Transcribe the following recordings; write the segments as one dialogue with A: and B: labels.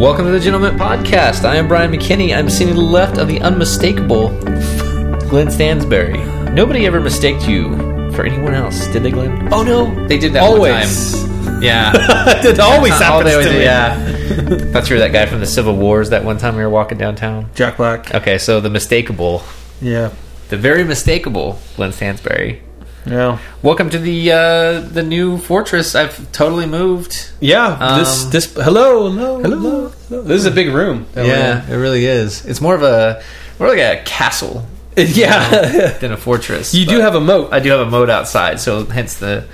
A: Welcome to the Gentleman Podcast. I am Brian McKinney. I'm sitting to the left of the unmistakable Glenn Stansberry. Nobody ever mistaked you for anyone else, did they, Glenn?
B: Oh no,
A: They did that
B: always.
A: one time. Yeah.
B: It always
A: All
B: happens
A: they would
B: to
A: do,
B: me.
A: Yeah. Thought you were that guy from the Civil Wars that one time we were walking downtown.
B: Jack Black.
A: Okay, so the mistakable,
B: Yeah,
A: the very mistakable Glenn Stansberry.
B: yeah,
A: Welcome to the uh, the new fortress. I've totally moved.
B: yeah. this,
A: Um,
B: this. Hello, hello, hello, hello. This is a big room.
A: Oh, it really is. It's more of a more like a castle
B: yeah.
A: than a fortress.
B: you do
A: but-
B: have a moat.
A: I do have a mode outside, so hence the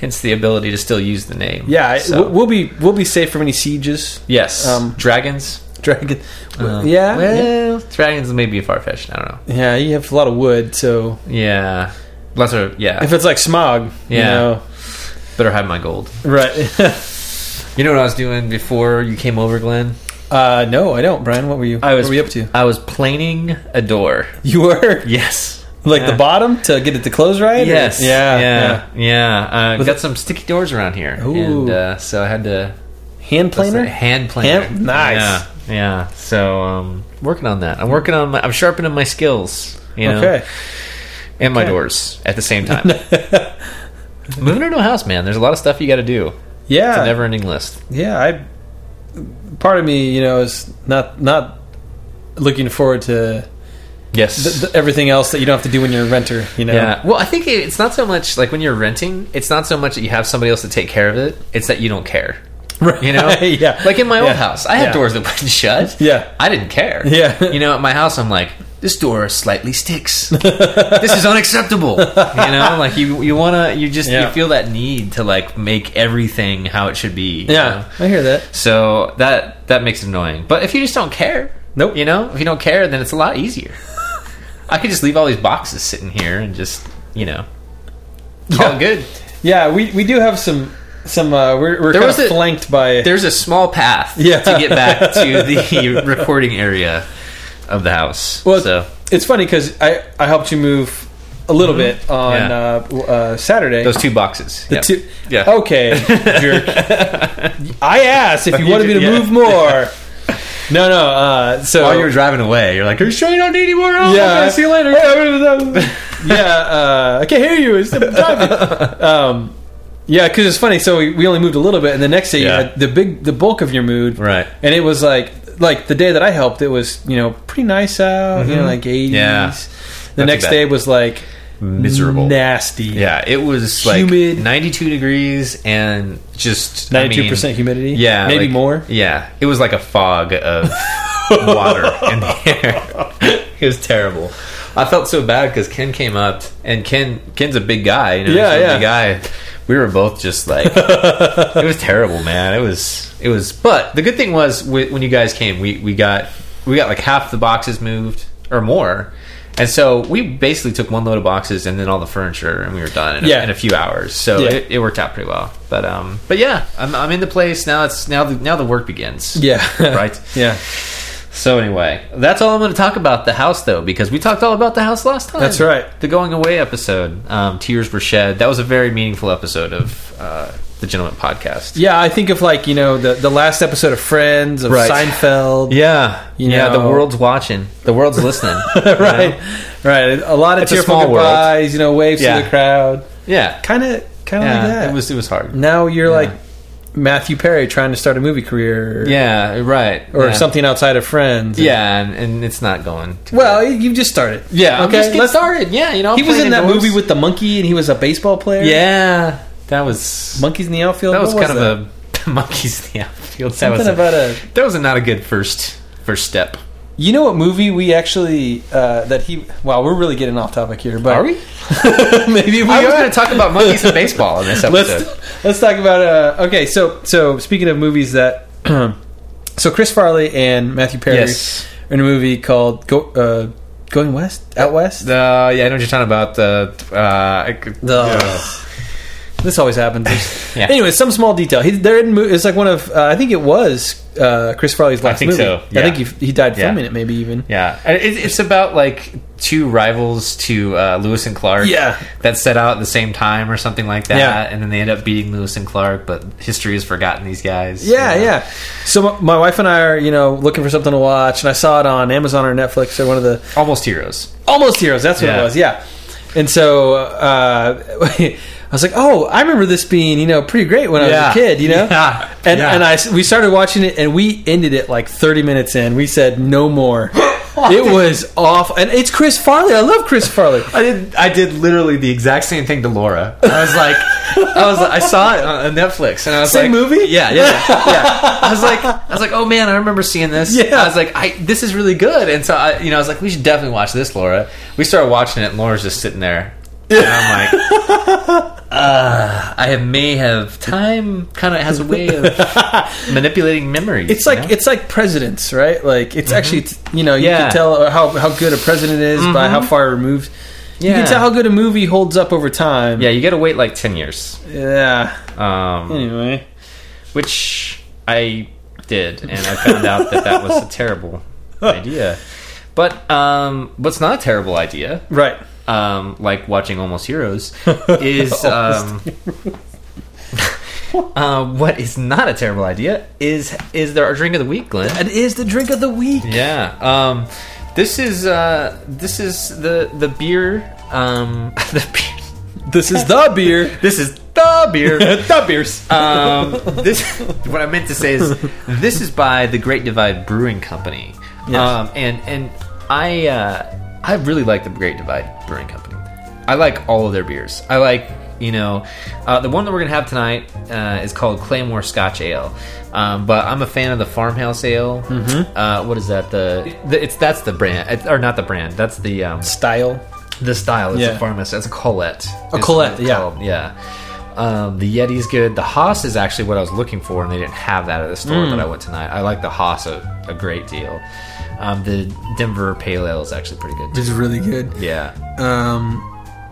A: hence the ability to still use the name.
B: yeah, I-
A: So-
B: we'll- we'll be we'll be safe from any sieges.
A: yes.
B: um,
A: dragons.
B: Dragon.
A: Uh,
B: yeah,
A: Well, dragons may be far fetched. I don't know.
B: yeah. You have a lot of wood, so
A: Yeah. Lots of yeah.
B: if it's like smog, you
A: Yeah.
B: know,
A: Better hide my gold.
B: right?
A: You know what I was doing before you came over, Glenn?
B: uh, no, I don't, Brian. What were you?
A: I was
B: what were you up to?
A: I was planing a door.
B: You were
A: Yes.
B: like
A: Yeah.
B: the bottom to get it to close right. or-
A: Yes.
B: yeah,
A: Yeah. Yeah. Uh,
B: With
A: got
B: a-
A: some sticky doors around here,
B: Ooh.
A: and uh, so I had to
B: Hand
A: That's
B: planer.
A: right, hand planer.
B: Hand- nice.
A: Yeah. Yeah. So um, working on that. I'm working on. My, I'm sharpening my skills. You know,
B: Okay.
A: and my
B: okay.
A: doors at the same time. Moving into a house, man. There's a lot of stuff you got to do.
B: Yeah.
A: It's a never-ending list.
B: yeah i part of me you know is not not looking forward to
A: Yes.
B: th- th- everything else that you don't have to do when you're a renter you know
A: yeah. Well, I think it- it's not so much like when you're renting. It's not so much that you have somebody else to take care of it. It's that you don't care.
B: Right.
A: You know,
B: yeah
A: Like in my
B: Yeah.
A: old house, I had
B: Yeah.
A: doors that wouldn't shut.
B: Yeah.
A: I didn't care.
B: Yeah.
A: You know, at my house, I'm like, this door slightly sticks. this is unacceptable. You know, like you you wanna you just
B: Yeah.
A: you feel that need to like make everything how it should be. you know?
B: yeah i hear that
A: So that that makes it annoying. But if you just don't care,
B: Nope.
A: You know, if you don't care, then it's a lot easier. I could just leave all these boxes sitting here and just you know. All good.
B: yeah we we do have some some uh we're, we're
A: There
B: kind
A: was a-
B: of flanked by
A: There's a small path
B: Yeah.
A: to get back to the recording area of the house.
B: well
A: so
B: it's funny because i i helped you move a little bit on
A: Mm-hmm. Yeah.
B: uh, w- uh saturday
A: those two boxes.
B: The
A: yeah.
B: two- Oh,
A: Yeah.
B: Okay, jerk. I asked if you
A: You
B: wanted me to
A: did, yeah.
B: move more. No, no. Uh, so
A: While you were driving away, you're like, "Are you sure you don't need any more? Oh,
B: Yeah.
A: okay, see you later."
B: yeah, uh, I can't hear you. It's I'm driving. Um, yeah, because it's funny. So we, we only moved a little bit, and the next day
A: Yeah.
B: you had the big, the bulk of your mood,
A: Right.
B: And it was like, like the day that I helped, it was you know pretty nice out, you know, like eighties.
A: Mm-hmm. Yeah.
B: The
A: Not too
B: next
A: bad.
B: day was like
A: Miserable.
B: nasty.
A: Yeah, it was like
B: Humid.
A: 92 degrees and just I mean,
B: ninety-two percent humidity.
A: Yeah,
B: maybe
A: like-
B: more.
A: Yeah, it was like a fog of water in the air. it was terrible. I felt so bad because Ken came up, and Ken Ken's a big guy. You know,
B: Yeah,
A: he's a
B: yeah.
A: big guy. We were both just like, it was terrible, man. It was, it was. But the good thing was wh- when you guys came, we we got we got like half the boxes moved or more. And so we basically took one load of boxes and then all the furniture, and we were done in a,
B: Yeah.
A: in a few hours. So
B: Yeah.
A: it, it worked out pretty well. But um, but yeah, I'm, I'm in the place now. It's now the now the work begins.
B: Yeah.
A: Right.
B: yeah.
A: So anyway, that's all I'm going to talk about the house though, because we talked all about the house last time.
B: That's right.
A: The going away episode, um, tears were shed. That was a very meaningful episode of uh, the Gentleman Podcast.
B: Yeah, I think of like you know the the last episode of Friends of
A: Right.
B: Seinfeld.
A: Yeah,
B: You
A: yeah.
B: know-
A: The world's watching. The world's listening.
B: right, right. A lot of
A: It's a
B: tearful
A: small world.
B: goodbyes, you know, waves
A: Yeah.
B: to the crowd.
A: Yeah,
B: Kind of, kind of like
A: yeah.
B: that. Mm-hmm.
A: It was it was hard.
B: now you're like Matthew Perry trying to start a movie career, or,
A: Yeah, right.
B: or
A: yeah.
B: something outside of Friends.
A: Yeah, and, and it's not going. too
B: Well, you just started.
A: Yeah.
B: Okay. let's-
A: started. Yeah. You know,
B: He was in that movie with the monkey, and he was a baseball player.
A: Yeah. That was.
B: Monkeys in the outfield.
A: that was
B: What
A: kind
B: that?
A: of a monkeys in the outfield. That
B: something
A: was a,
B: about a.
A: that was a not a good first first step.
B: You know what movie we actually uh, that he? Wow, we're really getting off topic here. But
A: Are we?
B: Maybe we
A: I was
B: are.
A: going to talk about monkeys and baseball in this episode.
B: let's let's talk about uh, okay. So so speaking of movies that so Chris Farley and Matthew Perry
A: Yes.
B: are in a movie called Go, uh, Going West Out West.
A: The, yeah, I know what you're talking about. The uh, I could-
B: The- This always happens.
A: Yeah.
B: Anyway, some small detail. He, they're in. mo- It's like one of uh, I think it was uh, Chris Farley's last
A: think
B: movie.
A: so,
B: I
A: yeah.
B: think he, he died
A: Yeah.
B: filming it. Maybe even.
A: yeah. And It, it's about like two rivals to uh, Lewis and Clark.
B: Yeah.
A: that set out at the same time or something like that,
B: Yeah.
A: and then they end up beating Lewis and Clark. But history has forgotten these guys.
B: Yeah,
A: you know?
B: yeah. So my, my wife and I are, you know, looking for something to watch, and I saw it on Amazon or Netflix or one of the
A: almost heroes.
B: Almost Heroes. That's what it
A: Yeah.
B: was. Yeah. And so uh, I was like, oh, I remember this being, you know, pretty great when I was
A: Yeah.
B: a kid, you know.
A: Yeah.
B: And
A: Yeah.
B: and I we started watching it, and we ended it like 30 minutes in. We said no more. it was awful, and it's Chris Farley. I love Chris Farley.
A: I did. I did literally the exact same thing to Laura. I was like, I was. I saw it on on Netflix, and I was
B: Same
A: like,
B: movie?
A: Yeah, yeah, yeah. I was like, I was like, oh man, I remember seeing this.
B: Yeah.
A: I was like, I this is really good, and so I, you know, I was like, we should definitely watch this, Laura. We started watching it, and Laura's just sitting there, and I'm like. Uh, I have- may have time. Kind of has a way of manipulating memories.
B: It's
A: you
B: like
A: know?
B: it's like presidents, right? Like it's actually t- you know you
A: Mm-hmm. Yeah. Mm-hmm.
B: can tell how how good a president is by how far removed. You
A: Yeah.
B: can tell how good a movie holds up over time.
A: yeah. You got to wait like ten years.
B: Yeah.
A: Um,
B: Anyway.
A: which I did, and I found out that that was a terrible idea. But um, what's not a terrible idea,
B: Right.
A: um, like watching Almost Heroes, is um, uh, what is not a terrible idea is is there our drink of the week, Glenn?
B: It is the drink of the week.
A: Yeah. Um, this is uh, this is the the beer um, the beer.
B: This is the beer.
A: This is the beer.
B: the beers.
A: um, this what I meant to say is this is by the Great Divide Brewing Company, um, and and I uh, I really like the Great Divide Brewing Company. I like all of their beers. I like you know uh, the one that we're gonna have tonight uh, is called Claymore Scotch Ale, um, but I'm a fan of the Farmhouse Ale. Uh, what is that? The, the it's that's the brand it's, or not the brand? That's the um,
B: Style.
A: the style. It's
B: Yeah.
A: a farmhouse. It's a Colette. A
B: Colette, yeah.
A: yeah. Um, the Yeti's good. The Haas is actually what I was looking for, and they didn't have that at the store
B: Mm.
A: that I went tonight. I like the Haas a, a great deal. Um, the Denver Pale Ale is actually pretty good. Too.
B: It's really good.
A: Yeah.
B: Um,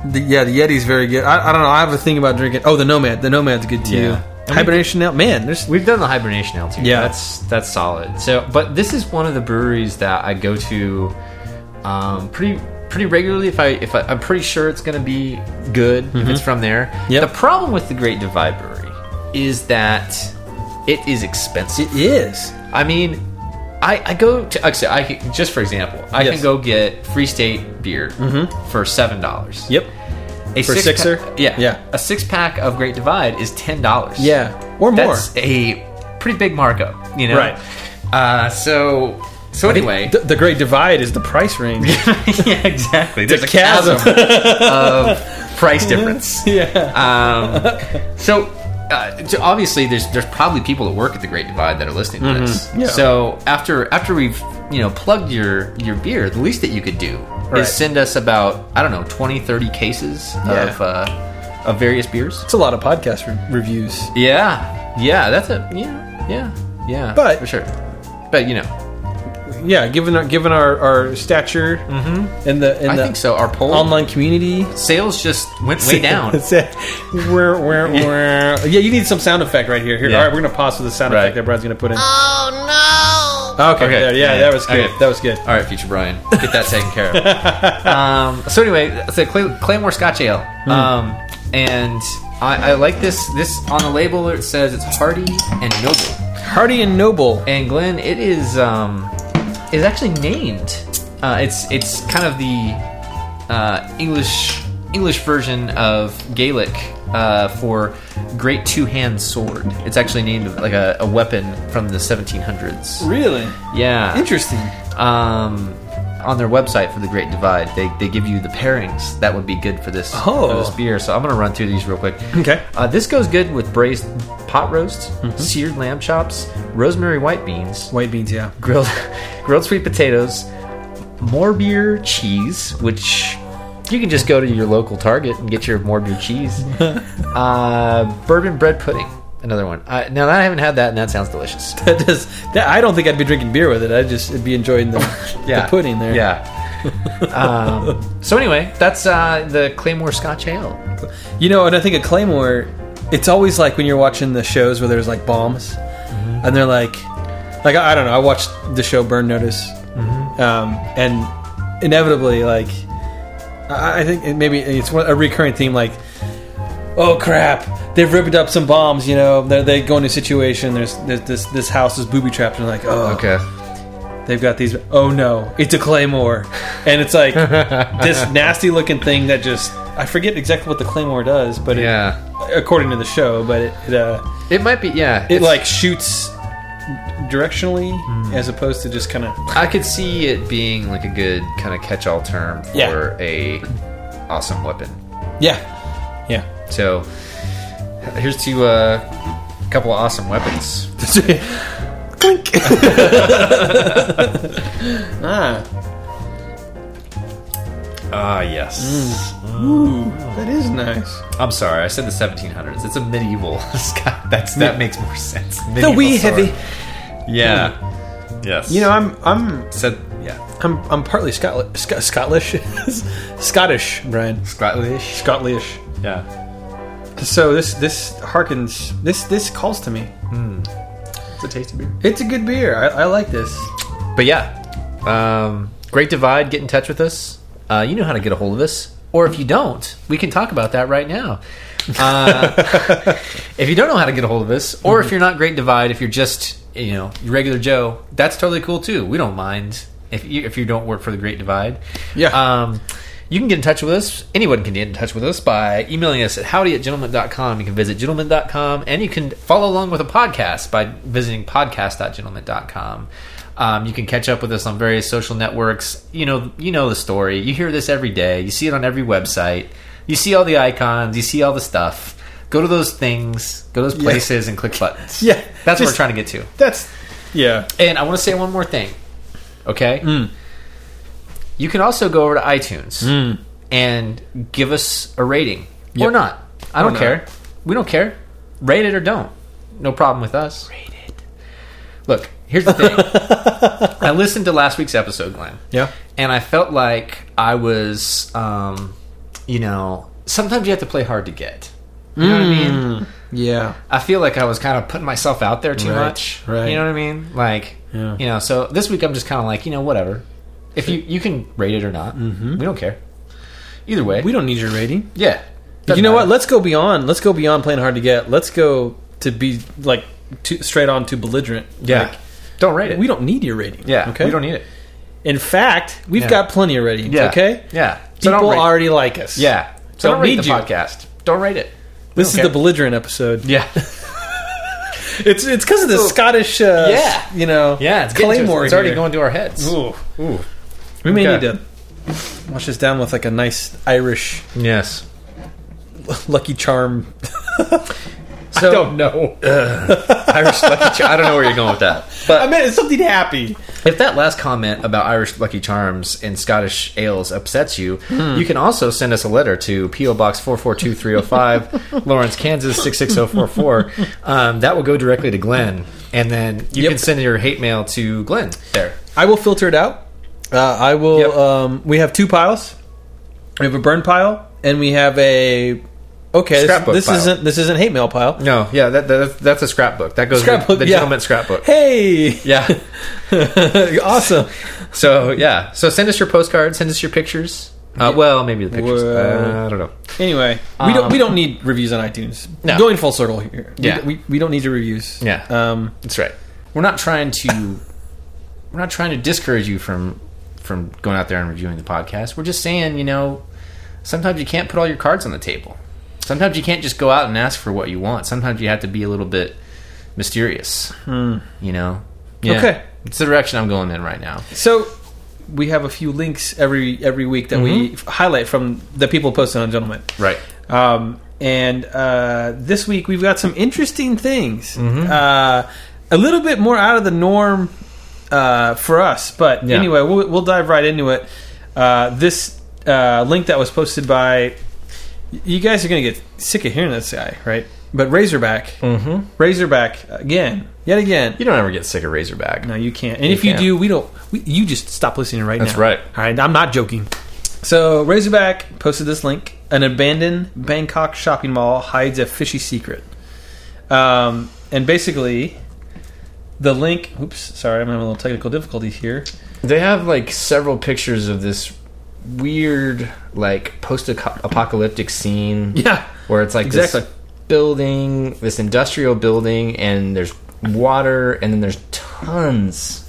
B: the, yeah, the Yeti's very good. I, I don't know. I have a thing about drinking. Oh, the Nomad. The Nomad's good too.
A: Yeah.
B: Hibernation Ale. Man, there's.
A: We've done the hibernation ale too.
B: Yeah.
A: that's that's solid. So, but this is one of the breweries that I go to um, pretty pretty regularly. If I if I, I'm pretty sure it's going to be good if it's from there.
B: Mm-hmm. Yep.
A: The problem with the Great Divide Brewery is that it is expensive.
B: It is.
A: I mean, I, I go to actually, I can, just for example, I
B: Yes.
A: can go get Free State beer for seven dollars.
B: Yep.
A: a
B: for a
A: six
B: sixer?
A: pa- yeah,
B: Yeah.
A: a six pack of Great Divide is ten dollars.
B: Yeah. Or more.
A: that's a pretty big markup, you know.
B: Right.
A: Uh, so so anyway,
B: The, the Great Divide is the price range.
A: yeah, exactly. There's
B: a
A: a chasm of price difference.
B: yeah.
A: Um, so, uh, so obviously, there's there's probably people that work at the Great Divide that are listening to this.
B: Mm-hmm. Yeah.
A: So after after we've you know plugged your your beer, the least that you could do
B: Right.
A: is send us about I don't know 20, 30 cases
B: Yeah.
A: of uh, of various beers.
B: It's a lot of podcast re- reviews.
A: Yeah, yeah, that's a yeah, yeah, yeah.
B: But-
A: for sure, but you know,
B: Yeah, given our, given our, our stature and the and
A: Mm-hmm. I
B: the
A: think so. Our poll
B: online community.
A: sales just went way down.
B: That's it. Where, where, where. Yeah, you need some sound effect right here. Here,
A: Yeah.
B: all right, we're gonna pause for the sound
A: Right.
B: effect that Brad's gonna put in.
C: Oh
B: Okay,
A: Okay.
B: there, yeah, that was good.
A: Okay.
B: That was good.
A: All right, future Brian, get that taken care of. um, so anyway, so Clay, Claymore Scotch Ale,
B: Hmm.
A: um, and I, I like this. This on the label it says it's hearty and noble.
B: Hardy and Noble.
A: And Glenn, it is um, is actually named. Uh, it's it's kind of the uh, English English version of Gaelic uh, for Great Two Hand Sword. It's actually named like a, a weapon from the 1700s.
B: Really
A: Yeah,
B: interesting.
A: um, on their website for the Great Divide, they, they give you the pairings that would be good for this for
B: Oh.
A: this beer. So I'm gonna run through these real quick.
B: Okay. Mm-hmm.
A: Uh, this goes good with braised pot roast, seared lamb chops, rosemary white beans,
B: White beans, yeah.
A: grilled grilled sweet potatoes, more beer cheese, which you can just go to your local Target and get your more beer cheese. uh, bourbon bread pudding, another one. Uh, now I haven't had that, and that sounds delicious.
B: That does. That, I don't think I'd be drinking beer with it. I'd just I'd be enjoying the, the pudding there.
A: Yeah. um, so anyway, that's uh, the Claymore Scotch Ale.
B: You know, and I think a Claymore, it's always like when you're watching the shows where there's like bombs, and they're like, like I, I don't know. I watched the show Burn Notice, um, and inevitably, like, I, I think it maybe it's one- a recurring theme. Like, oh crap, they've ripped up some bombs. You know, they they go into a situation. There's, there's this this house is booby trapped, and like, oh, They've got these. Oh no, it's a claymore, and it's like this nasty looking thing that just I forget exactly what the claymore does, but
A: Yeah.
B: it, according to the show, but it it, uh,
A: It might be. Yeah.
B: it
A: it's-
B: like shoots directionally as opposed to just kind of
A: I could see it being like a good kind of catch-all term for
B: Yeah.
A: a awesome weapon.
B: yeah yeah.
A: So here's to uh, a couple of awesome weapons.
B: ah,
A: Ah, yes.
B: ooh, that is nice.
A: I'm sorry, I said the 1700s. It's a medieval. Scott, that's that makes more sense. Medieval
B: wee
A: sword.
B: heavy.
A: Yeah. Yes.
B: You know, I'm I'm
A: said yeah.
B: I'm I'm partly Scotland, Sc- Scottish, Scottish, Brian,
A: Scottish.
B: Scottish.
A: Yeah.
B: So this this harkens this this calls to me.
A: Hmm. It's a tasty beer.
B: It's a good beer. I, I like this.
A: But yeah, um, Great Divide, get in touch with us. Uh, you know how to get a hold of us. Or if you don't, we can talk about that right now. Uh, if you don't know how to get a hold of us, or if you're not Great Divide, if you're just, you know, regular Joe, that's totally cool too. We don't mind if you, if you don't work for the Great Divide.
B: Yeah.
A: Um, you can get in touch with us. Anyone can get in touch with us by emailing us at howdy at gentleman.com. You can visit gentleman.com and you can follow along with a podcast by visiting podcast.gentleman.com. Um, you can catch up with us on various social networks. You know, you know the story. You hear this every day. You see it on every website. You see all the icons. You see all the stuff. Go to those things. Go to those places and click buttons.
B: Yeah.
A: that's what we're
B: Just-
A: trying to get to.
B: That's yeah.
A: And I want to say one more thing. Okay? You can also go over to iTunes and give us a rating. Or
B: Yep.
A: not. I don't
B: not.
A: care. We don't care. Rate it or don't. No problem with us. Rate it. Look, here's the thing. I listened to last week's episode, Glenn.
B: Yeah.
A: And I felt like I was, um, you know, sometimes you have to play hard to get. You know what I mean?
B: Yeah.
A: I feel like I was kind of putting myself out there too
B: Right,
A: much.
B: right.
A: You know what I mean? Like,
B: Yeah.
A: you know. So this week I'm just kind of like, you know, whatever. If you you can rate it or not, we don't care. Either way,
B: Mm-hmm. We don't need your rating.
A: Yeah.
B: you know what? Let's go beyond. Let's go beyond playing hard to get. Let's go to be like too, straight on to belligerent.
A: yeah. don't rate
B: Like,
A: it.
B: we don't need your rating.
A: Yeah.
B: Okay.
A: We don't need it.
B: In fact, we've
A: Yeah.
B: got plenty of ratings.
A: Yeah.
B: Okay.
A: Yeah. So
B: People
A: don't rate-
B: already like us.
A: Yeah. So
B: Don't
A: don't, rate
B: need
A: the
B: you.
A: podcast. Don't rate it.
B: This is
A: Okay.
B: the belligerent episode.
A: Yeah.
B: It's it's because of the
A: Ooh.
B: Scottish. Uh,
A: Yeah.
B: You know.
A: yeah. It's getting to us.
B: Claymore.
A: It's already
B: here.
A: going to our heads.
B: Ooh. We may
A: Okay.
B: need to wash this down with like a nice Irish
A: Yes.
B: Lucky Charm.
A: So
B: know.
A: Irish Lucky Charms. I don't know where you're going with that. But
B: I meant it's something happy.
A: If that last comment about Irish Lucky Charms and Scottish ales upsets you,
B: Hmm.
A: you can also send us a letter to P.O. Box 442305, Lawrence, Kansas 66044. Um, that will go directly to Glenn. And then you
B: Yep.
A: can send your hate mail to Glenn there.
B: I will filter it out. Uh, I will.
A: Yep.
B: Um, we have two piles. We have a burn pile, and we have a okay. This,
A: Scrapbook
B: this
A: pile.
B: isn't this isn't hate mail pile.
A: No, yeah, that, that, that's a scrapbook. That goes
B: Scrapbook,
A: with the
B: yeah.
A: gentleman's scrapbook.
B: Hey,
A: Yeah.
B: awesome.
A: So, yeah. So send us your postcards, send us your pictures. Uh, well, maybe the pictures.
B: Whoa.
A: Uh, I don't know.
B: Anyway, we don't
A: Um,
B: we don't need reviews on iTunes.
A: No.
B: Going full circle here. We-
A: Yeah.
B: we, we, don't need your reviews.
A: Yeah.
B: Um,
A: That's right. We're not trying to we're not trying to discourage you from from going out there and reviewing the podcast. We're just saying, you know, sometimes you can't put all your cards on the table. Sometimes you can't just go out and ask for what you want. Sometimes you have to be a little bit mysterious. You know. Yeah.
B: Hmm. Okay.
A: It's the direction I'm going in right now.
B: so we have a few links every every week that we f- highlight from the people posting on Gentlemen.
A: Mm-hmm. Right.
B: Um, and uh, this week we've got some interesting things. Uh, a little bit more out of the norm uh, for us, but
A: Yeah.
B: anyway, we'll, we'll dive right into it. Uh, this uh, link that was posted by you guys are going to get sick of hearing this guy, right? But Razorback, mm-hmm. Razorback again, yet again.
A: You don't ever get sick of Razorback.
B: No, you can't. And if you
A: can't.
B: do, we don't. We, you just stop listening right
A: That's
B: now.
A: right.
B: All right, I'm not joking. So Razorback posted this link: an abandoned Bangkok shopping mall hides a fishy secret. Um, and basically, the link. Oops, sorry, I'm having a little technical difficulty here.
A: They have like several pictures of this weird, like post-apocalyptic scene.
B: Yeah.
A: where it's like
B: Exactly.
A: this building, this industrial building, and there's water, and then there's tons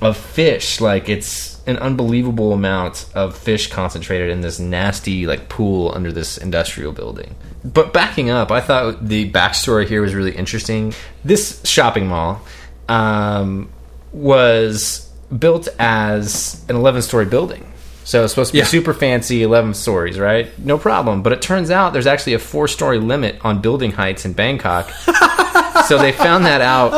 A: of fish. Like it's an unbelievable amount of fish concentrated in this nasty like pool under this industrial building. But backing up, I thought the backstory here was really interesting. This shopping mall um, was built as an 11 story building. So it's supposed to be
B: Yeah.
A: super fancy, 11 stories, right? No problem. But it turns out there's actually a four story limit on building heights in Bangkok. so they found that out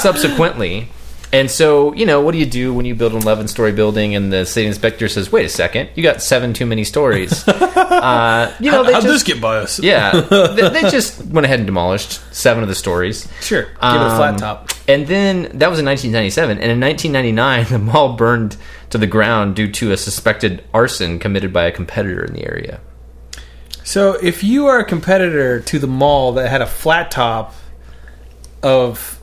A: subsequently. And so, you know, what do you do when you build an 11 story building and the city inspector says, wait a second, you got seven too many stories? uh, you know, they just,
B: get by us?
A: yeah, they, they just went ahead and demolished seven of the stories.
B: Sure. Give it a
A: Um,
B: flat top.
A: And then that was in 1997. And in 1999, the mall burned to the ground due to a suspected arson committed by a competitor in the area.
B: So if you are a competitor to the mall that had a flat top of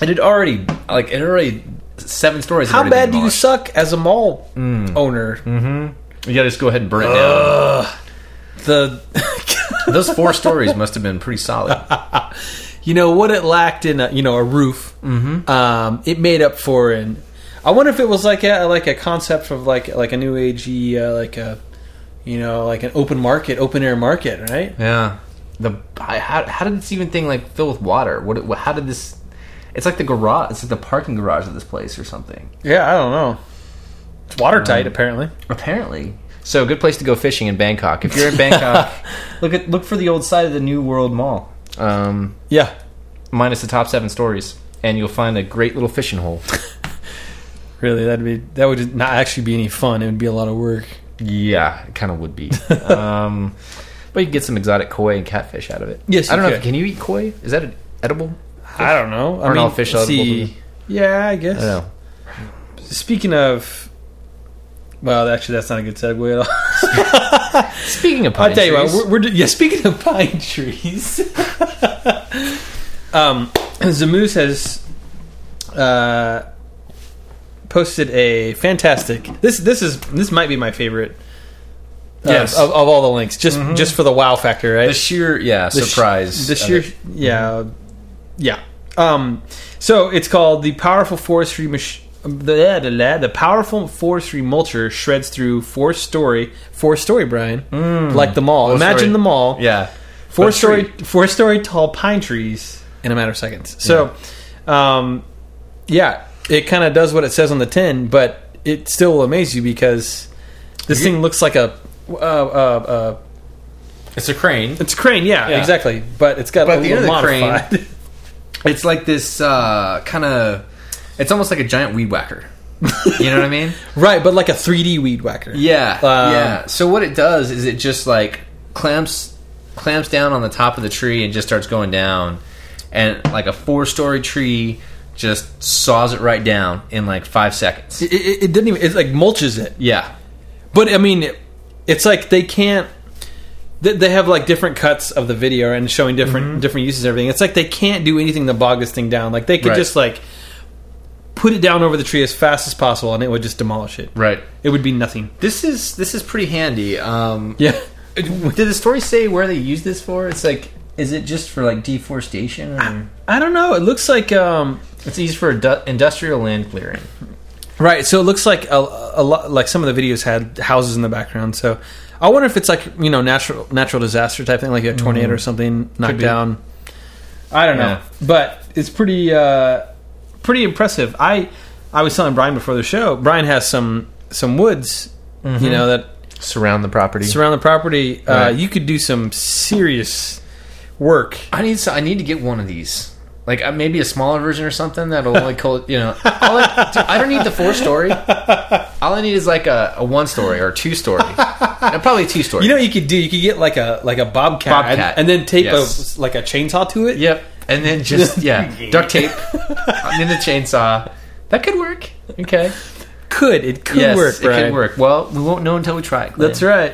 A: And it already, like, it already seven stories. had
B: how
A: already been
B: bad do you
A: demolished.
B: suck as a mall
A: Mm.
B: owner?
A: You gotta just go ahead and burn it
B: The
A: down. Those four stories must have been pretty solid.
B: you know what it lacked in a, you know a roof um, it made up for in i wonder if it was like a like a concept of like like a new agey uh, like a you know like an open market open air market right
A: Yeah. The I- how, how did this even thing like fill with water? What, what how did this? It's like the garage. It's like the parking garage of this place or something.
B: yeah i don't know it's watertight apparently
A: Apparently. So, good place to go fishing in Bangkok. If you're in Bangkok, look at look for the old side of the New World Mall, um,
B: yeah
A: minus the top seven stories, and you'll find a great little fishing hole.
B: really that'd be that would not actually be any fun it would be a lot of work
A: yeah, it kind of would be. um, but you can get some exotic koi and catfish out of it.
B: Yes,
A: I don't
B: you
A: know. If,
B: can.
A: can you eat koi? Is that an edible?
B: i don't know i
A: Aren't
B: mean
A: all fish
B: let's
A: edible to
B: see.
A: me?
B: yeah i guess
A: I don't know.
B: speaking of well actually that's not a good segue at all
A: Speaking of,
B: I'll
A: pine
B: tell you what.
A: trees-
B: We're, we're yeah. Speaking of pine trees, um, Zamoose has uh, posted a fantastic. This this is this might be my favorite. of-
A: Yes. Mm-hmm.
B: of, of all the links, just just for the wow factor, right?
A: the sheer yeah
B: The sh-
A: surprise.
B: The
A: of
B: sheer,
A: it.
B: yeah, yeah. Um, so it's called the powerful forestry mach- um, the, eh, the, the, the powerful forestry mulcher shreds through four story four story Brian like the mall. Imagine
A: Mm. story.
B: the mall,
A: yeah.
B: four
A: But
B: story
A: tree.
B: four story tall pine trees in a matter of seconds. So, yeah. um, yeah, it kind of does what it says on the tin, but it still will amaze you because this thing looks like a. Uh, uh, uh,
A: It's a crane.
B: it's a crane, yeah,
A: Yeah.
B: exactly. But it's got
A: But
B: a
A: the
B: little
A: other crane-
B: modified.
A: It's like this uh, kind of. It's almost like a giant weed whacker. You know what I mean?
B: Right, but like a 3D weed whacker.
A: Yeah,
B: Um,
A: yeah. So what it does is it just like clamps clamps down on the top of the tree and just starts going down, and like a four story tree just saws it right down in like five seconds.
B: It, it, it didn't even. It like mulches it.
A: Yeah,
B: But I mean, it- it's like they can't. They, they have like different cuts of the video and showing different
A: Mm-hmm.
B: different uses and everything. It's like they can't do anything to bog this thing down. Like they could
A: Right.
B: just like put it down over the tree as fast as possible and it would just demolish it.
A: right.
B: It would be nothing.
A: This is this is pretty handy. Um,
B: Yeah.
A: Did the story say where they use this for? It's like, is it just for like deforestation? Or?
B: I don't know. It looks like um
A: It's used for indu- industrial land clearing.
B: Right, so it looks like a, a lot like some of the videos had houses in the background. So I wonder if it's like you know natural natural disaster type thing, like a tornado or something knocked
A: Mm-hmm. be.
B: down. I don't know,
A: Yeah.
B: but it's pretty uh, pretty impressive. I I was telling Brian before the show. Brian has some some woods, you know, that
A: Surround the property.
B: surround the property. Uh,
A: Mm-hmm. Right.
B: You could do some serious work.
A: I need. I need to get one of these. Like uh, maybe a smaller version or something that'll like call it. You know, all I, dude, I don't need the four story. All I need is like a, a one story or two story. probably two story.
B: You know, what you could do. You could get like a like a bobcat,
A: Bobcat.
B: And, and then tape
A: Yes.
B: a like a chainsaw to it.
A: Yep. And then just yeah, duct tape. I mean the chainsaw. That could work. Okay.
B: could it could
A: yes,
B: work?
A: it
B: Brian.
A: could work. Well, we won't know until we try. Glenn.
B: That's right.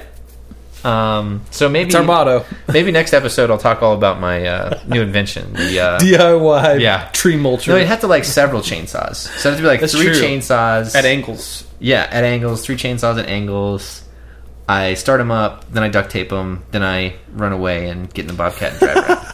A: Um, so maybe
B: It's our motto.
A: Maybe next episode I'll talk all about my uh, new invention. The uh,
B: DIY.
A: Yeah.
B: Tree mulcher.
A: no, it had to like several chainsaws. So it had to be like
B: That's
A: three
B: true.
A: chainsaws
B: at angles.
A: Yeah, at angles, three chainsaws at angles. I start them up, then I duct tape them, then I run away and get in the bobcat and drive around.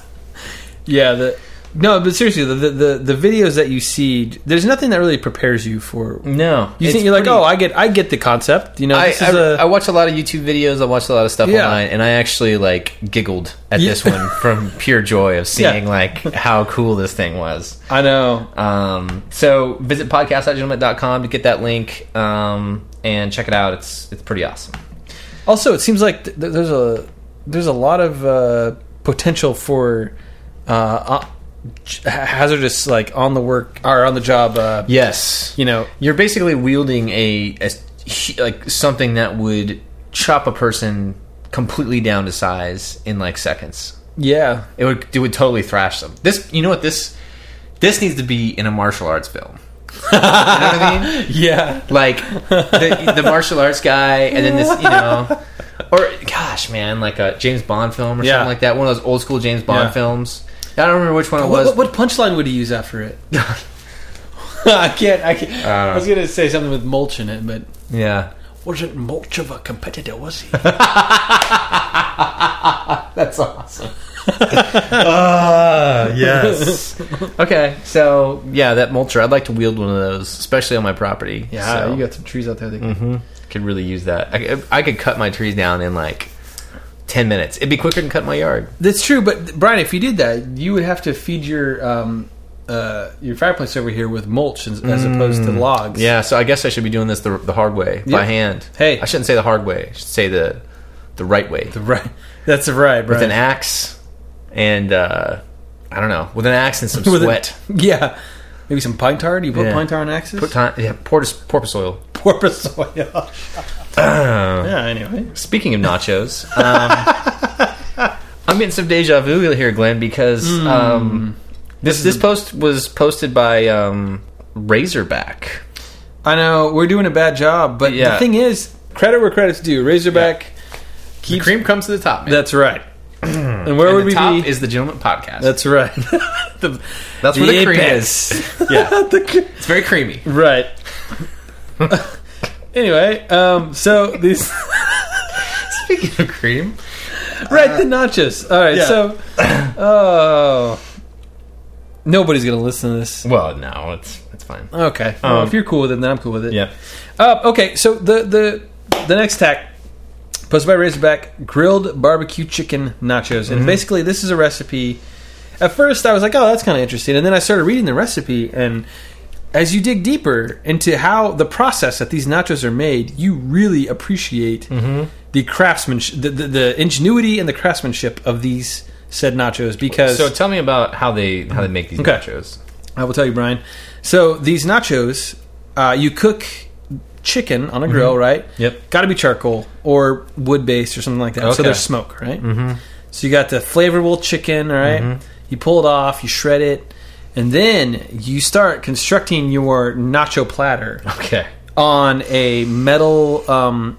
B: Yeah. The, no, but seriously, the, the the the videos that you see, there's nothing that really prepares you for.
A: No,
B: You think you're like, oh, I get I get the concept. You know,
A: I,
B: this
A: I,
B: is a
A: I watch a lot of YouTube videos. I watch a lot of stuff
B: Yeah.
A: online, and I actually like giggled at
B: Yeah.
A: this one from pure joy of
B: Yeah.
A: seeing like how cool this thing was.
B: I know.
A: Um, so visit podcast.gentleman.com to get that link um, and check it out. It's it's pretty awesome.
B: Also, it seems like th- th- there's a there's a lot of uh, potential for uh, uh, j- hazardous like on the work or on the job. Uh,
A: Yes,
B: You know,
A: you're basically wielding a, a hu- like something that would chop a person completely down to size in like seconds.
B: yeah,
A: It would it would totally thrash them. This you know what this this needs to be in a martial arts film. you know what I mean?
B: yeah.
A: Like the, the martial arts guy, and then this you know, or gosh man, like a James Bond film or
B: Yeah.
A: something like that. One of those old school James Bond
B: Yeah.
A: films. I don't remember which one it was.
B: What, what, what punchline would he use after it? I can't. I, can't. I was gonna say something with mulch in it, but
A: Yeah,
B: wasn't mulch of a competitor, was he?
A: that's awesome. Ah, yes. okay, so yeah, that mulcher. I'd like to wield one of those, especially on my property.
B: yeah,
A: so. Mm-hmm.
B: you got some trees out there. That
A: could really use that. I, I could cut my trees down in like ten minutes. It'd be quicker than cut my yard.
B: That's true, but Brian, if you did that, you would have to feed your um, uh, your fireplace over here with mulch as, as opposed to logs.
A: Mm. Yeah, so I guess I should be doing this the, the hard way by
B: Yeah.
A: hand.
B: Hey.
A: I shouldn't say the hard way. I should say the the right way
B: right. That's right,
A: with
B: Brian.
A: an axe and uh, I don't know with an axe and some
B: With a-
A: sweat.
B: yeah, maybe some pine tar. Do you put
A: Yeah.
B: pine tar on axes?
A: Put time, yeah, porpoise, porpoise oil.
B: porpoise oil. yeah. Anyway,
A: Speaking of nachos, um, I'm getting some deja vu here, Glenn, because um, this this post was posted by um, Razorback.
B: I know we're doing a bad job, but
A: Yeah.
B: the thing is, credit where credit's due. Razorback.
A: The cream comes to the top. Man.
B: That's right. and where
A: And
B: would
A: the
B: we
A: top
B: be?
A: is the Gentleman Podcast.
B: that's right. the,
A: That's where the cream
B: apex.
A: is. Yeah,
B: The cre-
A: it's very creamy.
B: Right. anyway, um, so these
A: Speaking of cream,
B: right the notches. All right,
A: yeah.
B: so oh, nobody's gonna listen to this.
A: well, no, it's it's fine.
B: Okay, well,
A: Um,
B: if you're cool with it, then I'm cool with it. Uh, okay, so the the the next tack posted by Razorback grilled barbecue chicken nachos, and basically this is a recipe. At first, I was like, "Oh, that's kind of interesting," and then I started reading the recipe, and as you dig deeper into how the process that these nachos are made, you really appreciate the craftsmanship, the, the, the ingenuity, and the craftsmanship of these said nachos. Because
A: So tell me about how they how they make these
B: Okay.
A: nachos.
B: I will tell you, Brian. So these nachos, uh, you cook chicken on a grill, right?
A: Mm-hmm. Yep.
B: Got to be charcoal or wood based or something like that.
A: Okay.
B: So there's smoke, right? Mm-hmm. So you got the flavorful chicken, all right?
A: Mm-hmm.
B: You pull it off, you shred it, and then you start constructing your nacho platter
A: Okay.
B: on a metal. Um,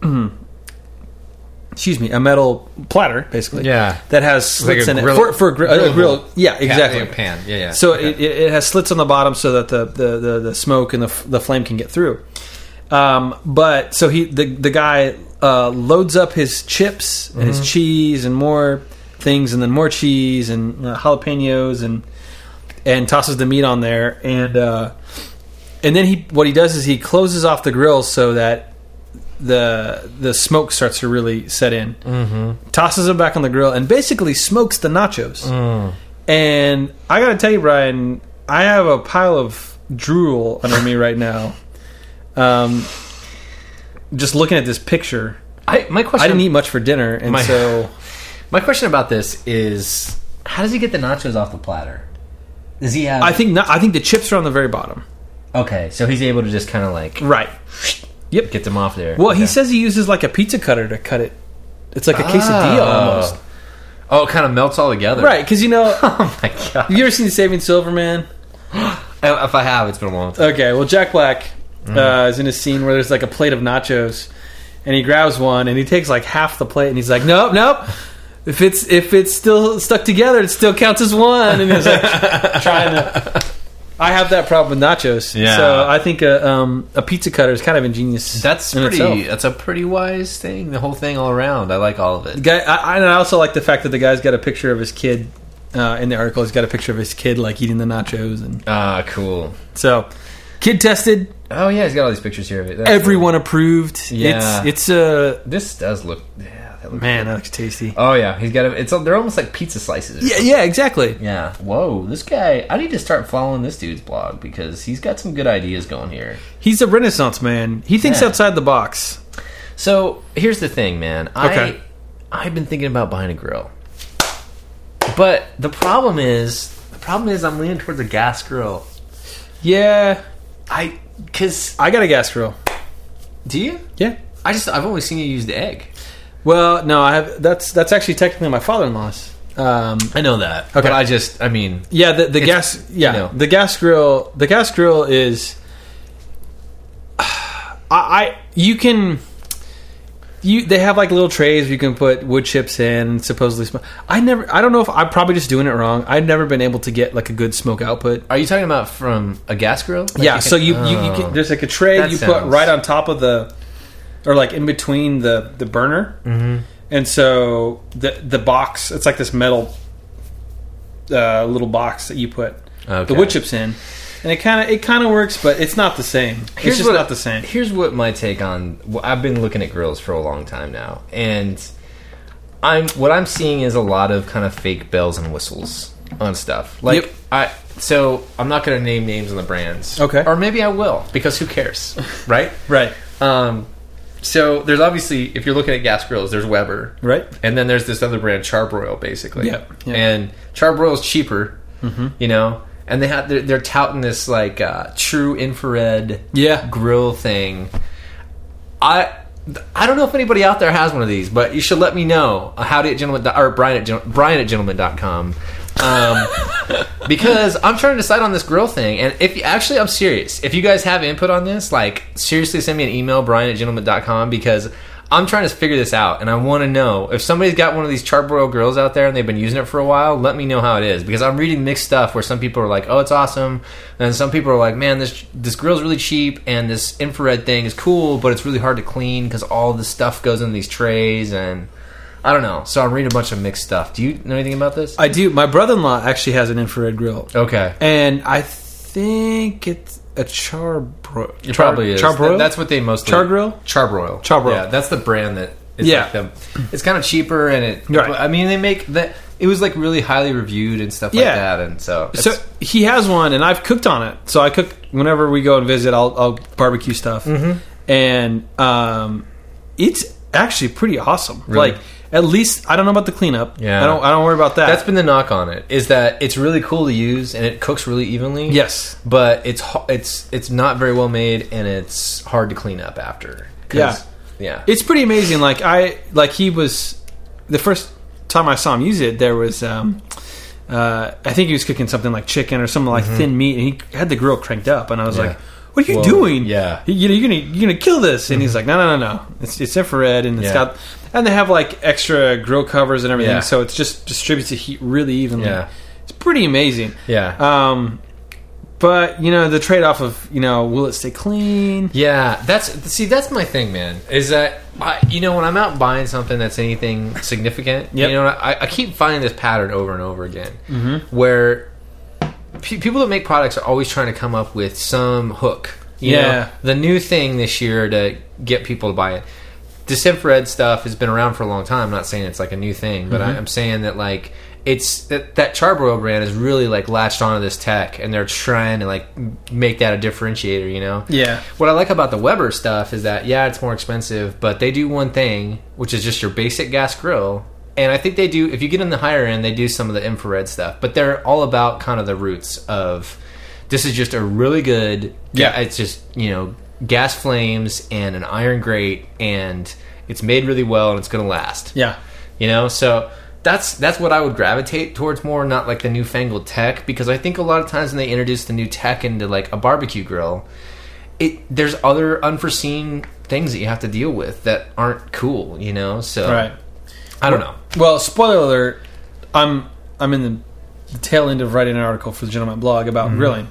B: Excuse me, a metal platter, basically.
A: Yeah.
B: That has
A: like
B: slits
A: a
B: in
A: grill-
B: it for, for a, grill, a
A: grillable
B: grill. Yeah, exactly.
A: Pan, pan. Yeah, yeah.
B: So
A: Okay.
B: it, it, it has slits on the bottom so that the, the, the, the smoke and the, f- the flame can get through. Um, but so he the the guy uh, loads up his chips and
A: Mm-hmm.
B: his cheese and more things and then more cheese and uh, jalapenos and and tosses the meat on there and uh, and then he what he does is he closes off the grill so that the the smoke starts to really set in. Mm-hmm. Tosses them back on the grill and basically
A: Mm.
B: smokes the nachos. And I gotta tell you, Brian, I have a pile of drool under me right now. Um, just looking at this picture,
A: I, my question.
B: I didn't e- eat much for dinner, and
A: My-
B: so
A: My question about this is, how does he get the nachos off the platter? Does he have?
B: I think not, I think the chips are on the very bottom.
A: okay, so he's able to just kind of like
B: Right.
A: get them off there.
B: Well, he
A: Okay.
B: says he uses like a pizza cutter to cut it. It's like a quesadilla
A: Ah.
B: almost.
A: Oh, it kind of melts all together.
B: Right, because you know, have
A: Oh my god.
B: you ever seen Saving Silverman?
A: I- If I have, it's been a long time.
B: Okay, well, Jack Black
A: Mm.
B: uh, is in a scene where there's like a plate of nachos, and he grabs one and he takes like half the plate and he's like, "Nope, nope. If it's if it's still stuck together, it still counts as one." And he's like trying to. I have that problem with nachos,
A: Yeah.
B: so I think a, um, a pizza cutter is kind of ingenious.
A: That's
B: in
A: pretty.
B: itself.
A: That's a pretty wise thing. The whole thing all around. I like all of it.
B: Guy, I, I- and I also like the fact that the guy's got a picture of his kid uh, in the article. He's got a picture of his kid like eating the nachos, and
A: Ah, cool.
B: so kid tested.
A: Oh yeah, he's got all these pictures here of it. That's
B: Everyone approved.
A: Yeah.
B: It's it's a uh,
A: cool. This does look. Yeah, that looks
B: man. That looks tasty.
A: Oh yeah, he's got. A, it's. They're almost like pizza slices.
B: Yeah, yeah, exactly.
A: Yeah. Whoa, this guy. I need to start following this dude's blog because he's got some good ideas going here.
B: He's a Renaissance man. He thinks
A: Yeah.
B: outside the box.
A: So here's the thing, man.
B: Okay.
A: I I've been thinking about buying a grill, but the problem is the problem is I'm leaning towards a gas grill.
B: Yeah,
A: I because
B: I got a gas grill.
A: do you?
B: Yeah.
A: I just I've only seen you use the egg.
B: Well, no, I have. That's that's actually technically my father-in-law's. Um,
A: I know that.
B: Okay.
A: But I just I mean
B: Yeah, the, the gas. Yeah,
A: know.
B: the gas grill. The gas grill is. I, I you can. You they have like little trays you can put wood chips in. Supposedly, smoke. I never. I don't know if I'm probably just doing it wrong. I've never been able to get like a good smoke output.
A: are you talking about from a gas grill? Like
B: yeah, so
A: can-
B: you, you, you
A: Oh.
B: can, there's like a tray
A: That
B: you put
A: sounds-
B: right on top of the, or like in between the the burner, mm-hmm. and so the the box it's like this metal, uh, little box that you put
A: Okay.
B: the wood chips in, and it kind of it kind of works, but it's not the same. it's just not the same.
A: Here's what my take on. Well, I've been looking at grills for a long time now, and I'm what I'm seeing is a lot of kind of fake bells and whistles on stuff. Like
B: Yep.
A: I, so I'm not going to name names on the brands.
B: Okay.
A: or maybe I will because who cares, right?
B: Right,
A: Um, so there's obviously if you're looking at gas grills, there's Weber,
B: right.
A: and then there's this other brand, Charbroil, basically.
B: Yeah, yeah. Mm-hmm.
A: And Charbroil's cheaper, you know. And they have they're, they're touting this like uh, true infrared
B: Yeah.
A: grill thing. I I don't know if anybody out there has one of these, but you should let me know. Howdy at gentleman or Brian at gen- Brian at gentleman.com. Um, because I'm trying to decide on this grill thing, and if you, actually I'm serious, if you guys have input on this, like seriously, send me an email Brian at gentleman.com because I'm trying to figure this out, and I want to know if somebody's got one of these charbroil grills out there and they've been using it for a while. Let me know how it is because I'm reading mixed stuff where some people are like, "Oh, it's awesome," and some people are like, "Man, this this grill's really cheap, and this infrared thing is cool, but it's really hard to clean because all the stuff goes in these trays and." I don't know. So I'm reading a bunch of mixed stuff. Do you know anything about this?
B: I do. My brother-in-law actually has an infrared grill,
A: okay.
B: and I think it's a char bro.
A: It probably is.
B: Charbroil?
A: Th- That's what they mostly
B: Charbroil?
A: Charbroil.
B: Charbroil.
A: Yeah, that's the brand that. Is
B: Yeah.
A: like the- it's kind of cheaper and it.
B: Right.
A: I mean, they make that. It was like really highly reviewed and stuff like
B: Yeah.
A: that, and so.
B: So
A: it's-
B: he has one, and I've cooked on it. So I cook whenever we go and visit. I'll, I'll barbecue stuff,
A: Mm-hmm.
B: and um, it's actually pretty awesome.
A: Really?
B: Like at least I don't know about the cleanup.
A: Yeah.
B: I don't. I don't worry about that.
A: that's been the knock on it is that it's really cool to use and it cooks really evenly.
B: yes.
A: But it's ho- it's it's not very well made and it's hard to clean up after. 'Cause-
B: Yeah.
A: Yeah.
B: It's pretty amazing. Like I like he was the first time I saw him use it. There was. Um, uh, I think he was cooking something like chicken or something like thin meat, and he had the grill cranked up, and I was
A: Mm-hmm. Yeah.
B: like, "What are you
A: Whoa.
B: doing?
A: Yeah. Mm-hmm.
B: You- you know, you're gonna you're gonna kill this." And he's like, "No, no, no, no. It's it's infrared, and it's
A: Yeah.
B: got and they have like extra grill covers and everything,
A: Yeah.
B: so it's just distributes the heat really evenly.
A: Yeah.
B: It's pretty amazing.
A: yeah.
B: Um, but you know the trade off of you know will it stay clean?
A: Yeah, that's see, that's my thing, man. Is that I, you know when I'm out buying something that's anything significant,
B: Yep.
A: you know, I, I keep finding this pattern over and over again,
B: Mm-hmm.
A: where pe- people that make products are always trying to come up with some hook. you know?
B: Yeah.
A: the new thing this year to get people to buy it.
B: Mm-hmm.
A: This infrared stuff has been around for a long time. I'm not saying it's like a new thing, but I, I'm saying that like it's that, that Charbroil brand is really like latched onto this tech, and they're trying to like m- make that a differentiator. You know,
B: Yeah.
A: What I like about the Weber stuff is that yeah, it's more expensive, but they do one thing, which is just your basic gas grill. And I think they do. If you get in the higher end, they do some of the infrared stuff, but they're all about kind of the roots of this is just a really good.
B: Yeah.
A: it's just you know gas flames and an iron grate, and it's made really well, and it's going to last
B: Yeah.
A: you know so that's that's what i would gravitate towards more not like the newfangled tech because i think a lot of times when they introduce the new tech into like a barbecue grill it there's other unforeseen things that you have to deal with that aren't cool you know so
B: Right.
A: i don't know
B: Well, spoiler alert. I'm I'm in the, the tail end of writing an article for the Gentleman blog about grilling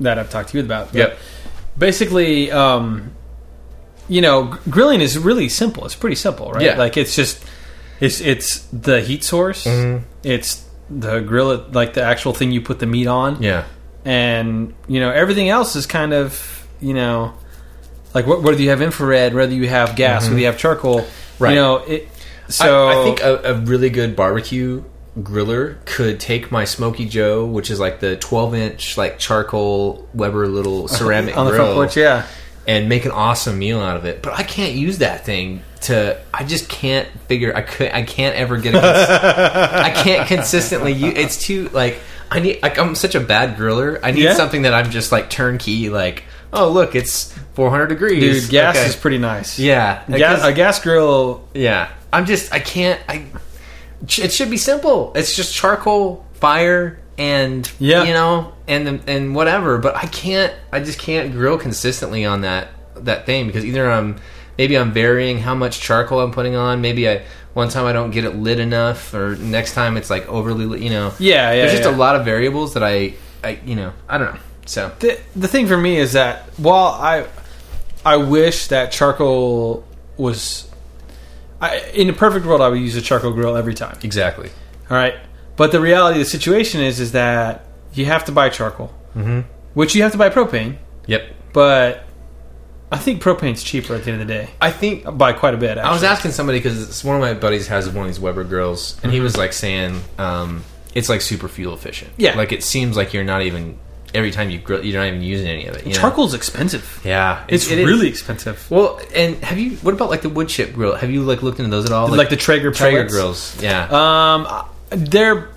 B: that I've talked to you about. But
A: Mm-hmm. Yep.
B: Basically, um, you know, gr- grilling is really simple. It's pretty simple, right?
A: Yeah.
B: Like it's just it's it's the heat source.
A: Mm-hmm.
B: It's the grill, like the actual thing you put the meat on.
A: yeah
B: and you know everything else is kind of you know like wh- whether you have infrared whether you have gas whether you have charcoal
A: Mm-hmm. Right.
B: you know it so
A: I, I think a, a really good barbecue griller could take my Smoky Joe, which is like the 12 inch like charcoal Weber little ceramic
B: on the
A: grill,
B: front porch yeah
A: and make an awesome meal out of it. But I can't use that thing to. I just can't figure. I could. I can't ever get. A cons- I can't consistently. Use, it's too like. I need. Like, I'm such a bad griller. I need
B: Yeah.
A: something that I'm just like turnkey. Like, oh look, it's 400 degrees.
B: dude gas
A: Okay.
B: is pretty nice
A: Yeah.
B: a gas,
A: 'cause-
B: a gas grill
A: yeah. I'm just. I can't. I. ch- It should be simple. It's just charcoal, fire, and
B: Yeah.
A: you know, and and whatever. But I can't. I just can't grill consistently on that that thing because either I'm maybe I'm varying how much charcoal I'm putting on. Maybe I one time I don't get it lit enough, or next time it's like overly lit. You know.
B: Yeah, yeah,
A: There's just
B: yeah.
A: a lot of variables that I. I you know. I don't know. So.
B: the, the thing for me is that while i i wish that charcoal was I, in a perfect world i would use a charcoal grill every time
A: Exactly.
B: All right, but the reality of the situation is is that you have to buy charcoal, mm-hmm. which you have to buy propane.
A: Yep.
B: But I think propane's cheaper at the end of the day
A: I think
B: by quite a bit. Actually.
A: I was asking somebody because one of my buddies has one of these Weber grills, and he
B: Mm-hmm.
A: was like saying um, it's like super fuel efficient.
B: Yeah.
A: like it seems like you're not even every time you grill, you're not even using any of it. you know?
B: charcoal's expensive.
A: Yeah,
B: It's
A: it is.
B: really expensive.
A: well. And have you? What about like the wood chip grill? Have you like looked into those at all?
B: Like, the Traeger
A: Traeger
B: pellets.
A: grills. Yeah,
B: Um, I- they're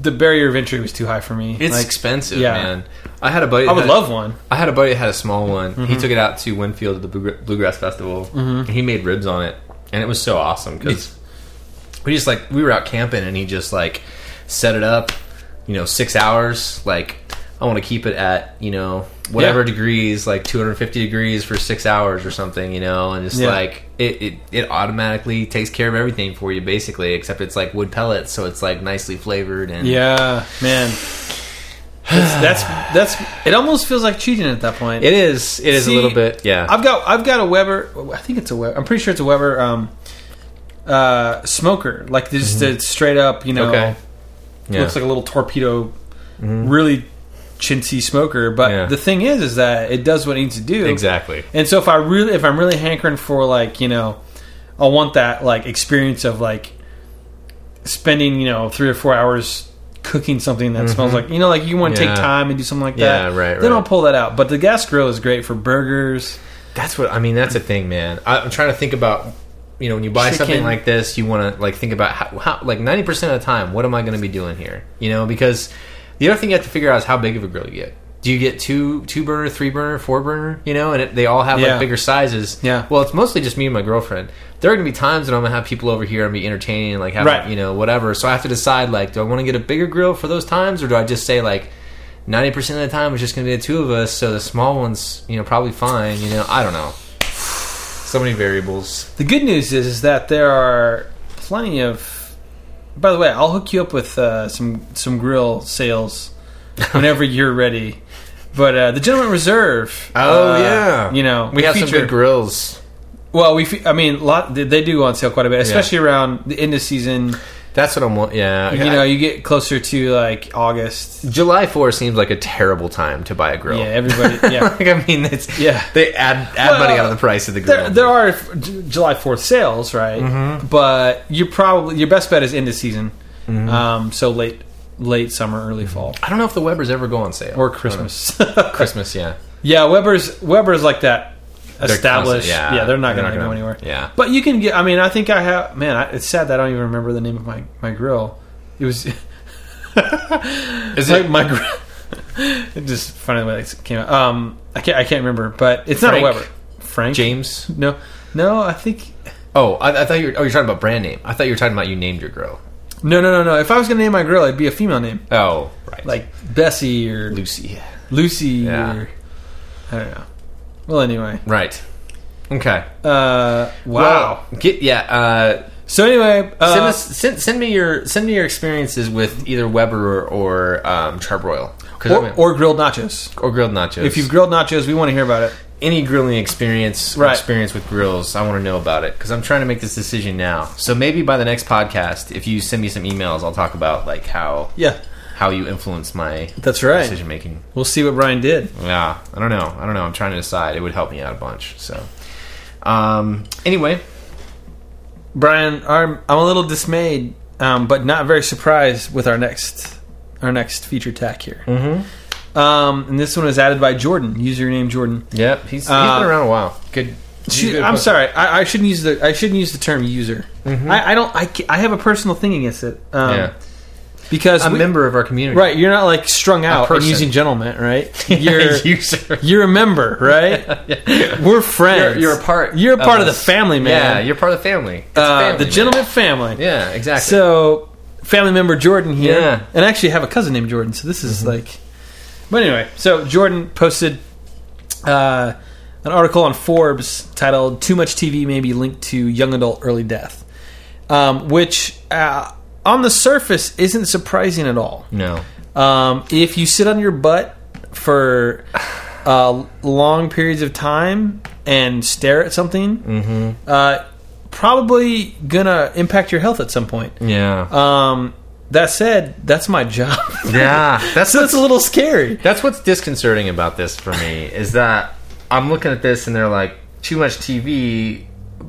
B: the barrier of entry was too high for me.
A: it's
B: Like,
A: expensive,
B: yeah.
A: man. I had a buddy.
B: I would
A: that-
B: love one.
A: I had a buddy that had a small one.
B: Mm-hmm.
A: He took it out to Winfield at the Blue- Bluegrass Festival. And he made ribs on it, and it was so awesome because we just like we were out camping, and he just like set it up. You know, six hours. Like I want to keep it at you know whatever
B: Yeah.
A: degrees, like 250 degrees for six hours or something. You know, and just
B: Yeah.
A: like it, it, it automatically takes care of everything for you basically, except it's like wood pellets, so it's like nicely flavored and
B: Yeah, man. That's, that's that's. It almost feels like cheating at that point.
A: It is. It is
B: See,
A: a little bit. Yeah.
B: I've got I've got a Weber. I think it's a Weber. I'm pretty sure it's a Weber um, uh, smoker. Like just a straight up, you know,
A: Mm-hmm. okay. Yeah. Mm-hmm.
B: looks like a little torpedo, really chintzy smoker. But
A: Yeah.
B: the thing is, is that it does what it needs to do
A: exactly.
B: And so if I really if I'm really hankering for like you know, I want that like experience of like spending you know three or four hours cooking something that smells like you know like you want to
A: Mm-hmm. Yeah.
B: take time and do something like
A: Yeah,
B: that
A: right,
B: then
A: right.
B: i'll pull that out but the gas grill is great for burgers
A: That's what I mean. That's a thing, man. I, I'm trying to think about you know when you buy
B: Chicken.
A: something like this, you want to like think about how, how like 90 percent of the time, what am I going to be doing here? You know, because the other thing you have to figure out is how big of a grill you get. Do you get two two burner, three burner, four burner? You know, and it, they all have
B: Yeah.
A: like bigger sizes.
B: Yeah.
A: Well, it's mostly just me and my girlfriend. There are going to be times when I'm going to have people over here and be entertaining and like have
B: Right.
A: you know whatever. So I have to decide like, do I want to get a bigger grill for those times, or do I just say like. 90% of the time it's just going to be the two of us so the small one's you know probably fine you know i don't know so many variables
B: The good news is, is that there are plenty of. By the way, I'll hook you up with uh, some some grill sales whenever you're ready. But uh, the Gentleman Reserve.
A: Oh,
B: uh,
A: yeah.
B: you know
A: we have some
B: feature-
A: good grills
B: Well, we fe- I mean, lot they- they do go on sale quite a bit, especially around the end of season.
A: that's what i'm wa- yeah
B: You know, you get closer to like August.
A: july 4 seems like a terrible time to buy a grill
B: Yeah, everybody. Yeah,
A: like i mean it's
B: Yeah.
A: they add add
B: Well,
A: money out of the price of the
B: there,
A: grill
B: there are J- July Fourth sales, right? But you probably your best bet is end of season. Um, so late late summer, early fall,
A: I don't know if the Weber's ever go on sale
B: or Christmas.
A: Christmas, yeah.
B: yeah, Weber's Weber's like that established.
A: constant-
B: yeah,
A: yeah,
B: they're not
A: they're
B: going
A: not
B: to go
A: gonna-
B: anywhere.
A: yeah.
B: but you can get. I mean, I think I have. Man, I, it's sad that I don't even remember the name of my my grill. It was
A: Is
B: like
A: it
B: my. grill. it just funny the way it came out. Um, I can't I can't remember, but it's not a
A: Frank?
B: Weber. Frank
A: James?
B: No, no, I think
A: Oh, I, I thought you were. Oh, you're talking about brand name. I thought you were talking about you named your grill.
B: no, no, no, no. If I was going to name my grill, it'd be a female name.
A: Oh, right.
B: like Bessie or
A: Lucy.
B: Lucy
A: Yeah.
B: or I don't know. Well, anyway,
A: Right. Okay.
B: uh, wow.
A: Well, get yeah. Uh,
B: So anyway, uh,
A: send, us, send send me your send me your experiences with either Weber or, or um, charbroil 'Cause I
B: or,
A: mean-
B: or grilled nachos.
A: or grilled nachos.
B: If you've grilled nachos, we want to hear about it.
A: any grilling experience or
B: Right.
A: experience with grills, I want to know about it because I'm trying to make this decision now. So maybe by the next podcast, if you send me some emails, I'll talk about like how
B: Yeah,
A: how you influence my
B: that's right.
A: decision making.
B: We'll see what Brian did.
A: Yeah, I don't know. I don't know. I'm trying to decide. It would help me out a bunch. So, um, anyway,
B: Brian, I'm I'm a little dismayed, um, but not very surprised with our next our next feature tack here. Mm-hmm. Um, and this one was added by Jordan, username Jordan.
A: yep, he's, he's
B: Uh,
A: been around a while. Good.
B: Shoot,
A: good
B: I'm
A: post.
B: sorry. I, I shouldn't use the I shouldn't use the term user. I, I don't. I, ca- I have a personal thing against it. Um,
A: Mm-hmm. Yeah.
B: Because
A: A
B: we-
A: member of our community,
B: right, you're not like strung out and
A: person.
B: using gentleman, right?
A: You're
B: You're
A: user.
B: you're a member, right? We're friends.
A: You're, you're a part.
B: You're a part of, the
A: us.
B: family,
A: Yeah,
B: man.
A: you're part of the family. It's
B: uh,
A: family,
B: the
A: man.
B: gentleman family.
A: Yeah, exactly.
B: So, family member Jordan here,
A: Yeah. Mm-hmm.
B: and I actually have a cousin named Jordan. So this is like, but anyway, so Jordan posted uh, an article on Forbes titled "Too Much TV May Be Linked to Young Adult Early Death," um, which uh, on the surface isn't surprising at all.
A: no.
B: Um, if you sit on your butt for uh, long periods of time and stare at something,
A: Mm-hmm.
B: uh, probably gonna impact your health at some
A: Mm-hmm.
B: point.
A: Yeah.
B: Um, that said, that's my job.
A: Yeah, that's
B: so that's a little scary.
A: that's what's disconcerting about this for me is that I'm looking at this and they're like too much TV,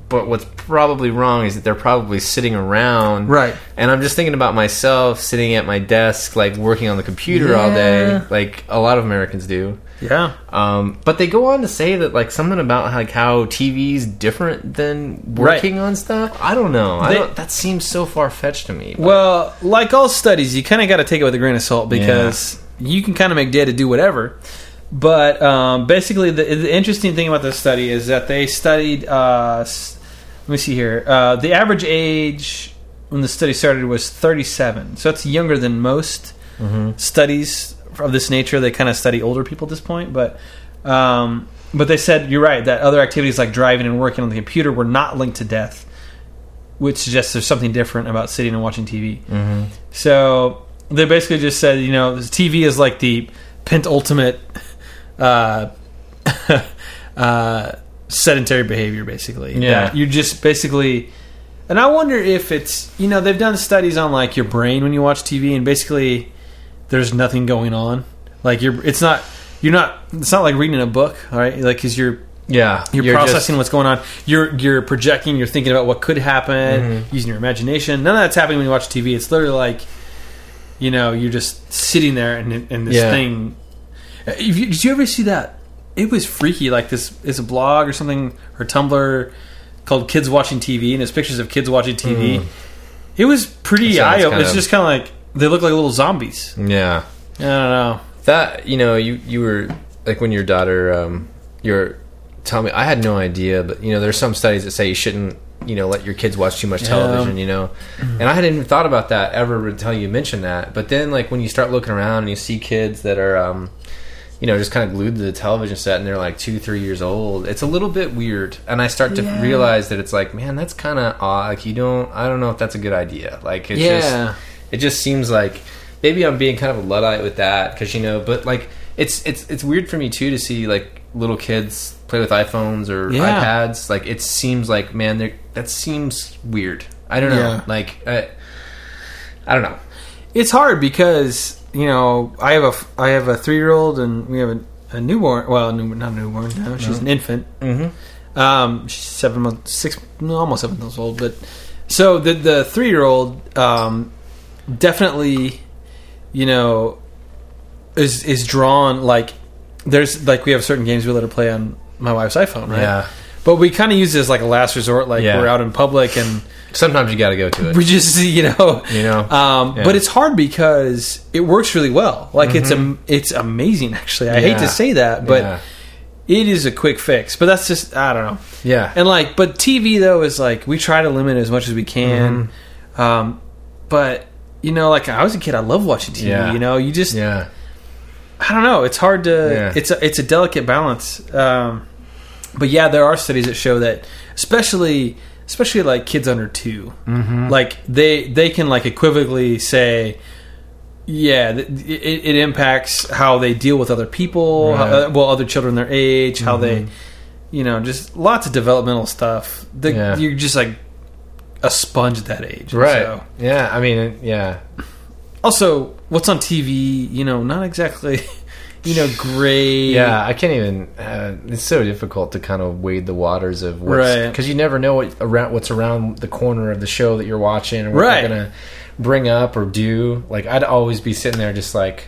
A: but what's probably wrong is that they're probably sitting around,
B: Right.
A: And I'm just thinking about myself sitting at my desk, like working on the computer all
B: Yeah.
A: day, like a lot of Americans do.
B: Yeah.
A: Um, but they go on to say that like something about like how TV's different than
B: Right.
A: working on stuff. I don't know. I
B: They-
A: don't, that seems so far fetched to me. but-
B: Well, like all studies, you kind of got to take it with a grain of salt because you can kind of make data do whatever. But um, basically, the, the interesting thing about this study is that they studied. Uh, s- let me see here. Uh, the average age when the study started was 37, so that's younger than most studies of this nature. They kind of study older people at this point, but. Um, but they said you're right that other activities like driving and working on the computer were not linked to death, which suggests there's something different about sitting and watching TV. So they basically just said, you know, this TV is like the pent ultimate uh, uh, sedentary behavior, basically.
A: Yeah.
B: That You're just basically. And I wonder if it's, you know, they've done studies on like your brain when you watch TV, and basically there's nothing going on. Like you're, it's not, you're not, it's not like reading a book, all right? Like, because you're,
A: yeah,
B: you're,
A: just-
B: processing what's going on. You're you're projecting. You're thinking about what could happen
A: Mm-hmm.
B: using your imagination. None of that's happening when you watch TV. It's literally like, you know, you're just sitting there and and this
A: Yeah.
B: thing. Uh, If you- Did you ever see that? It was freaky. Like this is a blog or something or Tumblr called Kids Watching TV, and it's pictures of kids watching TV. It was pretty
A: That
B: eye
A: sounds
B: opening.
A: Mm. kind
B: It's
A: of- Mm.
B: just kind of like they look like little zombies.
A: yeah.
B: I don't know.
A: that you know you you were like when your daughter um your telling me I had no idea but you know there's some studies that say you shouldn't you know let your kids watch too much television you know and I hadn't even thought about that ever until you mentioned that but then like when you start looking around and you see kids that are um you know just kind of glued to the television set and they're like two three years old it's a little bit weird and I start to realize that it's like man that's kind of odd like you don't I don't know if that's a good idea like it's
B: Yeah.
A: just it just seems like maybe I'm being kind of a luddite with that because you know, but like it's it's it's weird for me too to see like little kids play with iPhones or
B: Yeah.
A: iPads. Like it seems like man, they're- that seems weird. I don't know.
B: Yeah.
A: Like I, I don't know.
B: it's hard because you know I have a I have a three year old and we have a, a newborn. Well, new, not a newborn. No, she's an infant. Mm-hmm. Um, she's seven months, six, no, almost seven months old. But so the the three year old, um, definitely, you know, is is drawn like there's like we have certain games we let her play on my wife's iPhone, right?
A: Yeah.
B: But we kind of use it as like a last resort, like
A: Yeah.
B: we're out in public and
A: Sometimes you got to go to it.
B: we just you know,
A: You know?
B: Um,
A: Yeah.
B: But it's hard because it works really well. Like it's am- it's amazing actually. I hate
A: Mm-hmm.
B: to
A: Yeah.
B: say that, but
A: yeah.
B: it is a quick fix. But that's just I don't know.
A: yeah.
B: And like, but TV though is like we try to limit as much as we can.
A: Mm-hmm.
B: Um, but you know, like I was a kid, I love watching TV.
A: Yeah.
B: You know, you just
A: yeah.
B: I don't know. It's hard to
A: Yeah.
B: it's a, it's a delicate balance. Um, but yeah, there are studies that show that especially especially like kids under 2
A: Mm-hmm.
B: like they they can like equivocally say. Yeah, th- it, it impacts how they deal with other people, how, uh,
A: Right. Mm-hmm.
B: well, other children their age, how they you know, just lots of developmental stuff. The,
A: Yeah.
B: You're just like a sponge at that age,
A: Right.
B: So-
A: Yeah. I mean, yeah.
B: also, what's on TV? You know, not exactly, you know, great.
A: Yeah, I can't even. Uh, it's so difficult to kind of wade the waters of what's
B: Right.
A: because you never know what around what's around the corner of the show that you're watching, or what
B: Right.
A: they're gonna bring up or do. Like I'd always be sitting there just like,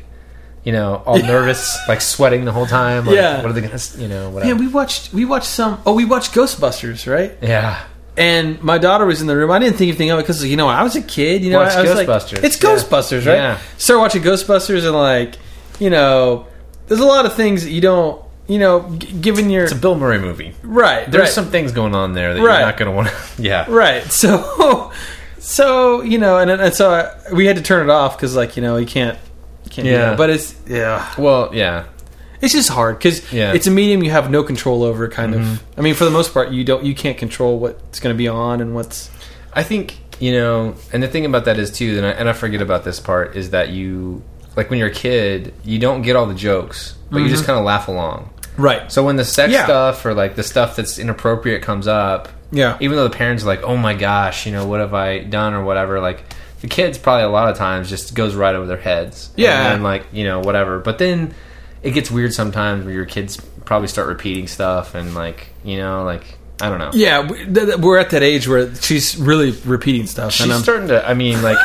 A: you know, all nervous, like sweating the whole time. Like,
B: Yeah.
A: what are they gonna, s- you know, whatever.
B: Man, we watched we watched some. Oh, we watched Ghostbusters, right?
A: yeah,
B: And my daughter was in the room. I didn't think anything of it because you know I was a kid. You know,
A: Watch
B: I was like,
A: Ghostbusters.
B: it's
A: Yeah.
B: Ghostbusters, right?
A: Yeah.
B: Start watching Ghostbusters and like, you know, there's a lot of things that you don't, you know, g- given your
A: it's a Bill Murray movie.
B: right.
A: There's
B: right.
A: some things going on there that
B: Right.
A: you're not gonna want. to... Yeah,
B: right so so you know and, and so I, we had to turn it off because like you know you can't you can't do
A: Yeah.
B: that. but it's yeah
A: Well, yeah,
B: it's just hard because
A: Yeah. Mm-hmm.
B: it's a medium you have no control over kind of i mean for the most part you don't you can't control what's going to be on and what's
A: I think you know, and the thing about that is too, and I, and I forget about this part is that you like when you're a kid, you don't get all the jokes, but you just kind of laugh along.
B: right
A: So when the sex
B: Mm-hmm. Yeah.
A: stuff or like the stuff that's inappropriate comes up,
B: yeah
A: even though the parents are like, "Oh my gosh, you know what have I done?" or whatever, like the kids probably a lot of times just goes right over their heads.
B: Yeah.
A: and then, like you know whatever, but then it gets weird sometimes where your kids probably start repeating stuff and like you know like I don't know.
B: yeah we- th- th- we're at that age where she's really repeating stuff
A: She's
B: and i'm
A: starting to. I mean, like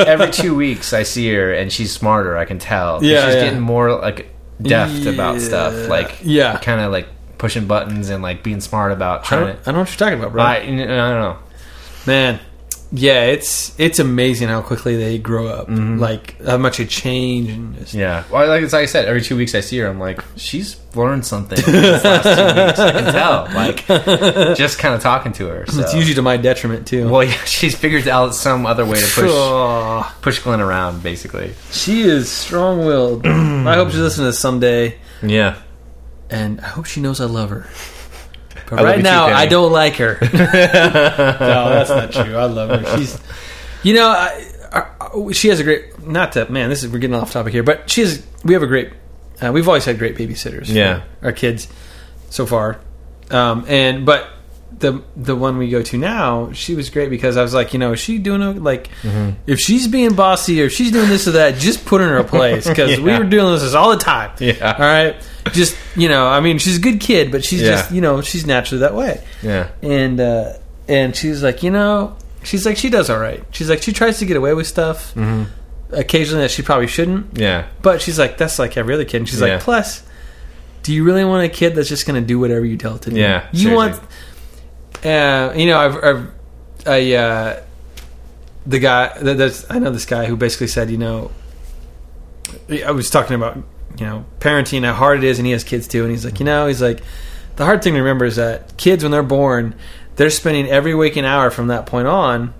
A: every two weeks, I see her, and she's smarter. I can tell.
B: Yeah,
A: she's
B: yeah.
A: getting more like deft about
B: Yeah.
A: stuff. Like,
B: Yeah.
A: kind of like pushing buttons and like being smart about
B: I don't, I
A: trying to.
B: don't know what you're talking about bro
A: I, I don't know.
B: man yeah it's it's amazing how quickly they grow up like how much it change and just,
A: Mm-hmm. Yeah. Well, like it's like I said, every two weeks I see her. I'm like, she's learned something. these last two weeks. I can tell. Like, just kind of talking to her. So.
B: it's usually to my detriment too
A: Well, yeah, she's figured out some other way to push
B: Oh,
A: push Glenn around, basically.
B: she is strong willed. I hope she listens to this someday,
A: Yeah.
B: and I hope she knows I love her. But
A: I love
B: right
A: you too,
B: now,
A: Penny.
B: I don't like her. no, that's not true. I love her. She's, you know, I, I- I- she has a great. Not to man, this is we're getting off topic here, but she has. We have a great. Uh, we've always had great babysitters. for
A: Yeah.
B: our kids so far, um, and but the the one we go to now, she was great because I was like, you know, is she doing o- like
A: Mm-hmm.
B: if she's being bossy or if she's doing this or that, just put her in her place because we
A: Yeah.
B: were doing this all the time.
A: Yeah.
B: All right. Just you know, I mean, she's a good kid, but she's
A: Yeah.
B: just you know, she's naturally that way.
A: Yeah.
B: And uh, and she's like, you know, she's like she does all right. She's like she tries to get away with stuff
A: Mm-hmm.
B: occasionally that she probably shouldn't.
A: Yeah.
B: But she's like, that's like every other kid. And she's
A: Yeah.
B: like, plus, do you really want a kid that's just going to do whatever you tell it to do?
A: Yeah,
B: You
A: seriously.
B: want, uh, you know, I've, I've I, uh, the guy, th- there's, I know this guy who basically said, you know, I was talking about, you know, parenting, how hard it is, and he has kids too. And he's like, you know, he's like, the hard thing to remember is that kids, when they're born, they're spending every waking hour from that point on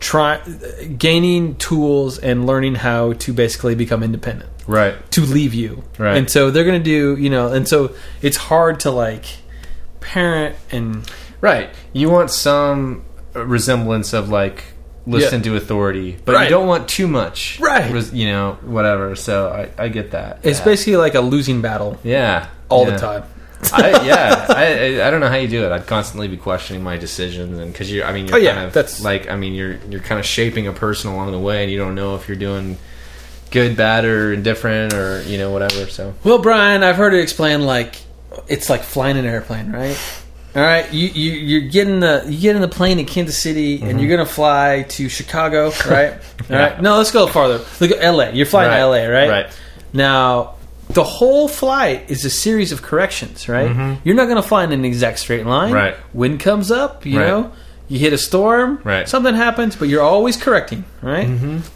B: try gaining tools and learning how to basically become independent
A: Right.
B: to leave you.
A: Right.
B: And so they're going to do, you know, and so it's hard to like parent and
A: Right. You want some resemblance of like listen to authority, but
B: Right.
A: you don't want too much.
B: Right.
A: Res- you know, whatever. So I, I get that.
B: it's
A: yeah.
B: basically like a losing battle
A: yeah.
B: all
A: Yeah.
B: the time.
A: I, yeah. I, I, I don't know how you do it. I'd constantly be questioning my decisions, and because you're, I mean, you're
B: Oh, yeah,
A: kind of
B: that's-
A: like, I mean, you're you're kind of shaping a person along the way, and you don't know if you're doing good, bad, or indifferent, or you know, whatever. So
B: Well, Brian, I've heard it explained like it's like flying an airplane, right? All right, you, you you're getting the you get in the plane in Kansas City
A: Mm-hmm.
B: and you're gonna fly to Chicago, right? All right, no, let's go farther. Look at L.A. You're flying
D: Right,
B: to L.A. Right?
D: right.
B: Now, the whole flight is a series of corrections, right? You're not gonna fly in an exact straight line.
D: Mm-hmm. Right.
B: Wind comes up, you
D: Right.
B: know. You hit a storm.
D: Right. Mm-hmm.
B: Something happens, but you're always correcting, right?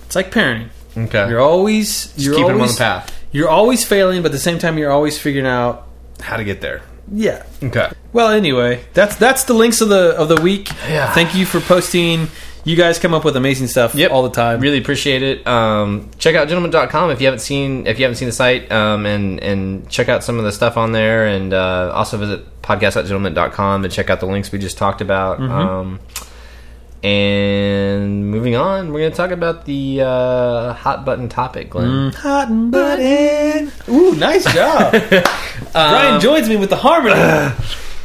B: It's like parenting.
D: Okay.
B: You're always you're
D: keeping 'em on
B: always,
D: the path.
B: You're always failing, but at the same time, you're always figuring out.
D: How to get there.
B: Yeah,
D: Okay.
B: well, anyway, that's that's the links of the of the week.
D: Yeah.
B: Thank you for posting. You guys come up with amazing stuff
A: Yep.
B: all the time.
A: Really appreciate it. Um, check out gentleman.com if you haven't seen if you haven't seen the site um, and and check out some of the stuff on there and uh, also visit podcast.gentleman.com and check out the links we just talked about.
B: Mm-hmm.
A: Um, and moving on, we're going to talk about the uh, hot button topic, Glenn.
B: Hot and button. Ooh, nice job. Brian joins me with the harmony.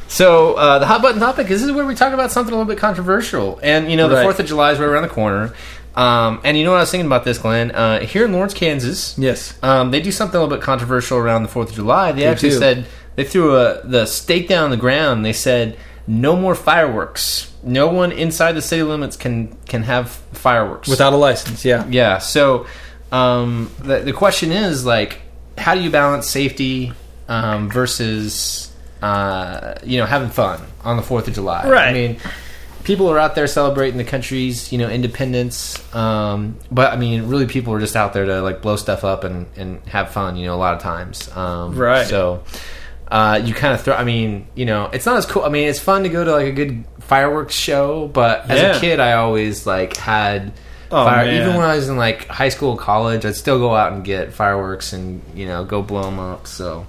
A: So uh, the hot button topic is this is where we talk about something a little bit controversial, and you know the
B: Right.
A: Fourth of July is right around the corner. Um, and you know what I was thinking about this, Glenn? Uh, here in Lawrence, Kansas,
B: Yes.
A: um, they do something a little bit controversial around the Fourth of July. They, actually
B: do.
A: said they threw a, the stake down on the ground. and They said no more fireworks. No one inside the city limits can can have fireworks
B: Without a license, yeah.
A: yeah. So um, the the question is like, how do you balance safety um, versus uh, you know having fun on the Fourth of July? I
B: Right.
A: mean, people are out there celebrating the country's you know independence, um, but I mean, really, people are just out there to like blow stuff up and and have fun. You know, a lot of times. Um,
B: Right.
A: So. Uh, you kind of throw. I mean, you know, it's not as cool. I mean, it's fun to go to like a good fireworks show, but as
B: Yeah.
A: a kid, I always like had
B: Oh,
A: fire.
B: man.
A: Even when I was in like high school, college, I'd still go out and get fireworks and you know go blow them up. So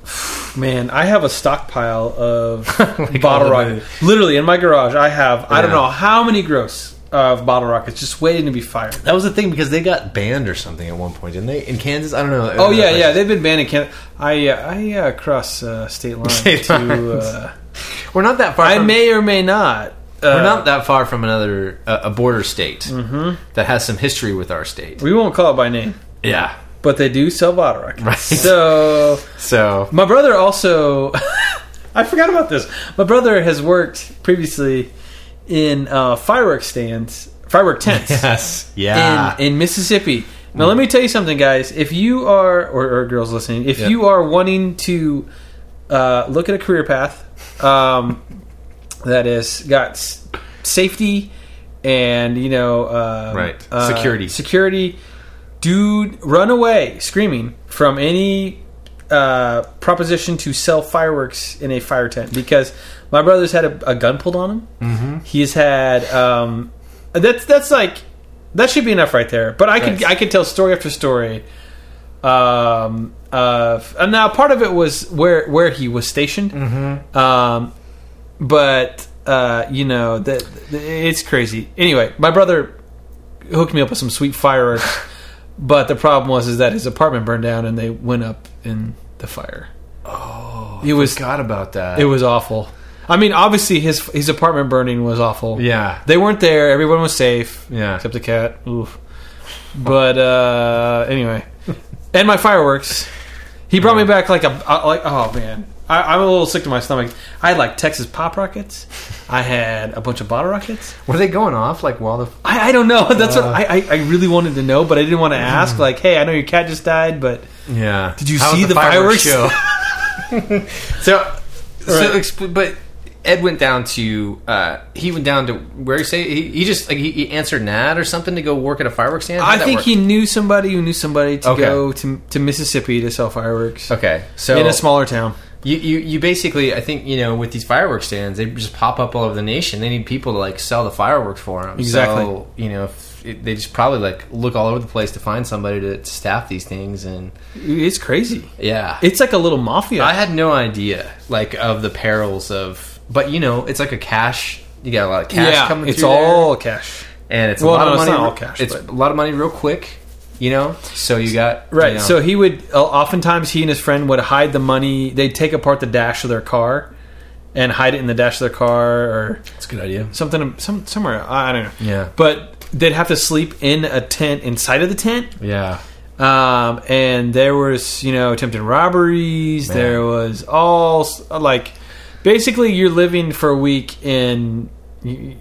B: Man, I have a stockpile of
A: all
B: bottle
A: the
B: rockets. Literally in my garage, I have I don't
A: Yeah.
B: know how many gross of bottle rockets just waiting to be fired.
D: That was the thing because they got banned or something at one point, didn't they? In Kansas, I don't know.
B: Oh yeah, yeah, they've been banned in Canada. I uh, I uh, cross uh, state line
A: State
B: to.
A: lines.
B: Uh,
A: we're not that far.
B: I
A: from,
B: may or may not. Uh, Mm-hmm.
A: We're not that far from another uh, a border state that has some history with our state.
B: We won't call it by name,
A: Yeah.
B: but they do sell bottle rockets.
A: Right.
B: So
A: So
B: my brother also, I forgot about this. My brother has worked previously in uh, fireworks stands, firework tents
D: Yes. Yeah.
B: in, in Mississippi. Now let me tell you something, guys. If you are or, or girls listening, if you are wanting to uh, look at a career path um, that has got s- safety and you know um,
A: Right.
B: uh,
A: Security.
B: security, do run away screaming from any uh, proposition to sell fireworks in a fire tent because my brother's had a, a gun pulled on him.
A: Mm-hmm.
B: He's had um, that's that's like that should be enough right there. But I could
A: Right.
B: I could tell story after story. Um, of and now part of it was where where he was stationed. Mm-hmm. Um, but uh, you know that that- it's crazy. Anyway, my brother hooked me up with some sweet fireworks, but the problem was is that his apartment burned down and they went up in the fire. Oh, it was
A: forgot about that.
B: it was awful. I mean, obviously his his apartment burning was awful.
A: yeah.
B: They weren't there. Everyone was safe.
A: Yeah.
B: Except the cat. Oof. But uh, anyway, and my fireworks. He brought me back like a uh, like. Oh man, I, I'm a little sick to my stomach. I had like Texas pop rockets. I had a bunch of bottle rockets.
A: Were they going off like while the
B: I, I don't know. That's
A: Uh.
B: what I, I I really wanted to know, but I didn't want to
A: Mm-hmm.
B: ask. Like, hey, I know your cat just died, but
A: yeah? Did
B: you see the fireworks?
A: so so
B: Right.
A: expl- but Ed went down to uh, he went down to where you say he, he just like he, he answered Nat or something to go work at a fireworks stand. How'd
B: I
A: that
B: think
A: work?
B: he knew somebody who knew somebody to
A: Okay.
B: go to to Mississippi to sell fireworks
A: okay. So
B: in a smaller town.
A: You, you, you basically, I think, you know, with these fireworks stands, they just pop up all over the nation. They need people to like sell the fireworks for them.
B: Exactly.
A: So, you know, if it, they just probably like look all over the place to find somebody to, to staff these things, and
B: It's crazy.
A: yeah,
B: It's like a little mafia.
A: I had no idea like of the perils of, but you know, it's like a cash. You got a lot of cash coming.
B: It's
A: through there,
B: all cash.
A: and it's
B: well,
A: a lot
B: no,
A: of
B: it's
A: money.
B: not all cash,
A: it's
B: but-
A: a lot of money real quick. You know, so you got
B: Right.
A: you know-
B: So he would uh, oftentimes he and his friend would hide the money. They'd take apart the dash of their car and hide it in the dash of their car or
A: it's a good idea.
B: something some somewhere I I don't know.
A: Yeah.
B: But they'd have to sleep in a tent inside of the tent.
A: Yeah.
B: Um, and there was, you know, attempted robberies. There was all s- like basically you're living for a week in in,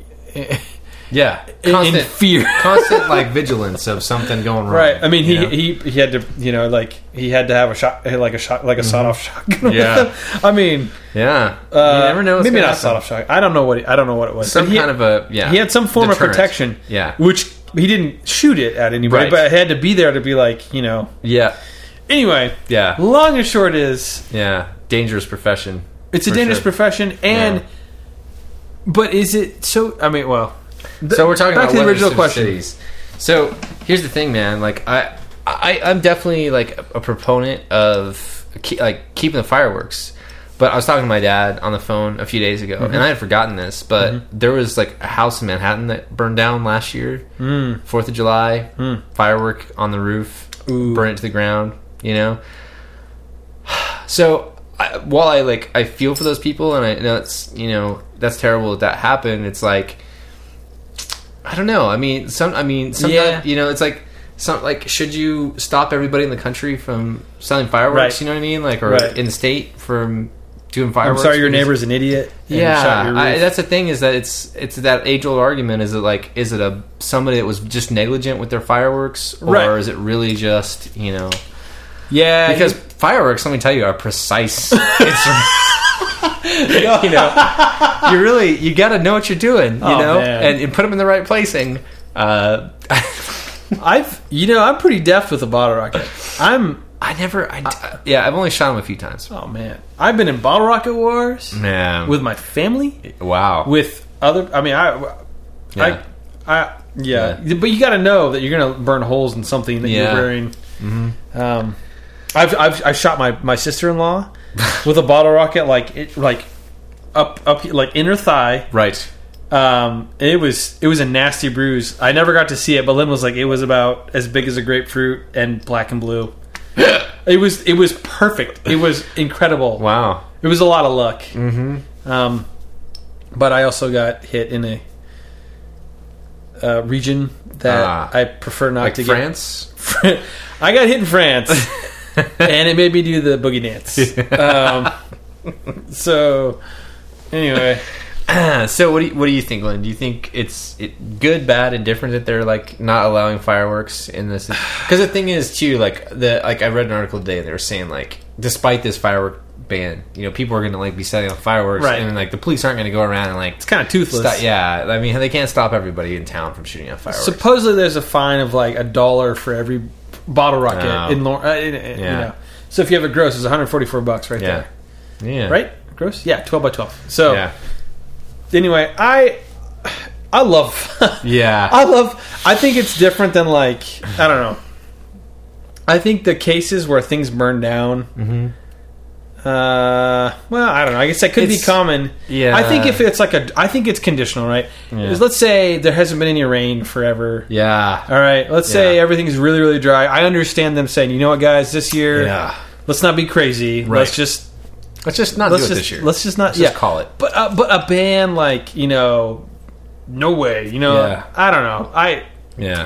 E: Yeah,
B: in
E: constant,
B: fear.
E: constant like vigilance of something going wrong.
B: Right. I mean, he,
E: you know?
B: he he had to you know like he had to have a shot like a shot
A: Mm-hmm.
B: like a sawed off shotgun. with
E: Yeah.
B: him. I mean,
A: Yeah.
B: uh,
E: never know what's
B: Maybe
E: gonna
B: not
E: happen.
B: sawed off shotgun. I don't know what he, I don't know what it was.
A: Some
B: But he-
A: kind of a yeah.
B: he had some form
A: deterrent.
B: of protection.
A: Yeah.
B: Which he didn't shoot it at anybody,
A: Right.
B: but it had to be there to be like you know.
A: Yeah.
B: Anyway,
A: Yeah.
B: long and short is
A: Yeah. Dangerous profession.
B: it's a
A: For
B: dangerous
A: sure.
B: profession and.
A: Yeah.
B: But is it so? I mean, well,
A: so we're talking
B: back
A: about
B: to the
A: weather
B: original
A: sim
B: question.
A: cities. So here's the thing, man. Like I, I I'm definitely like a proponent of ke- like keeping the fireworks. But I was talking to my dad on the phone a few days ago,
B: Mm-hmm.
A: and I had forgotten this. But there was like a house in Manhattan that burned down last year,
B: Mm.
A: Fourth of July, firework on the roof,
B: Ooh.
A: burn it to the ground. You know, so I, while I like I feel for those people, and I know it's you know that's terrible that that happened. It's like I don't know. I mean, some. I mean, sometimes
B: Yeah.
A: you know, it's like some like should you stop everybody in the country from selling fireworks?
B: Right.
A: You know what I mean? Like or
B: Right.
A: in the state from doing
B: I'm
A: fireworks.
B: sorry, your
A: because-
B: neighbor's an idiot. and shot
A: Yeah,
B: your
A: I,
B: roof.
A: that's the thing is that it's it's that age old argument. Is it like is it a somebody that was just negligent with their fireworks, or
B: Right.
A: is it really just you know?
B: yeah,
A: Because fireworks, let me tell you, are precise. It's, you know, you really you got to know what you're doing, you
B: Oh,
A: know,
B: man.
A: and, and put them in the right placing. Uh,
B: I've you know I'm pretty deft with a bottle rocket. I'm
A: I never, I, yeah, I've only shot them a few times.
B: oh man, I've been in bottle rocket wars
A: Man,
B: with my family,
A: wow,
B: with other. I mean, I,
A: Yeah.
B: I, I yeah. But you got to know that you're gonna burn holes in something that
A: Yeah. Mm-hmm.
B: you're wearing. Um, I've, I've I shot my my sister in law with a bottle rocket like it like up up like inner thigh.
E: right.
B: Um, it was it was a nasty bruise. I never got to see it, but Lynn was like, it was about as big as a grapefruit and black and blue. it was it was perfect. It was incredible.
A: wow,
B: It was a lot of luck. Mm-hmm. Um, but I also got hit in a uh, region that
A: Ah.
B: I prefer not
A: like
B: to
A: France.
B: get. I got hit in France, and it made me do the boogie dance. Um, so anyway.
A: so what do you, what do you think, Lynn? Do you think it's it, good, bad, and different that they're like not allowing fireworks in this? Because the thing is too, like the like I read an article today. They were saying like despite this firework ban, you know, people are going to like be setting off fireworks,
B: Right.
A: and like the police aren't going to go around and like.
B: It's kind of toothless.
A: Stop, yeah, I mean they can't stop everybody in town from shooting off fireworks.
B: Supposedly, there's a fine of like a dollar for every bottle rocket
A: Oh.
B: in, Lor- uh, in, in- you
A: Yeah.
B: know. So if you have a gross, it's 144 bucks right
A: yeah,
B: there,
A: yeah,
B: right? Gross, yeah, 12 by 12. So
A: Yeah,
B: anyway, I I love
A: yeah.
B: I love I think it's different than like I don't know. I think the cases where things burn down.
A: Mm-hmm.
B: Uh, well, I don't know. I guess that could be
A: It's-
B: common.
A: yeah.
B: I think if it's like a, I think it's conditional, right? 'Cause Let's say there hasn't been any rain forever.
A: yeah,
B: All right, let's say
A: Yeah.
B: everything's really, really dry. I understand them saying, you know what, guys, this year,
A: Yeah.
B: let's not be crazy. Let's just
A: Let's just not
B: let's
A: do it
B: just
A: this year.
B: let's just not
A: just
B: yeah.
A: call it.
B: But uh, but a band like you know, no way. You know,
A: Yeah.
B: I don't know. I
A: yeah,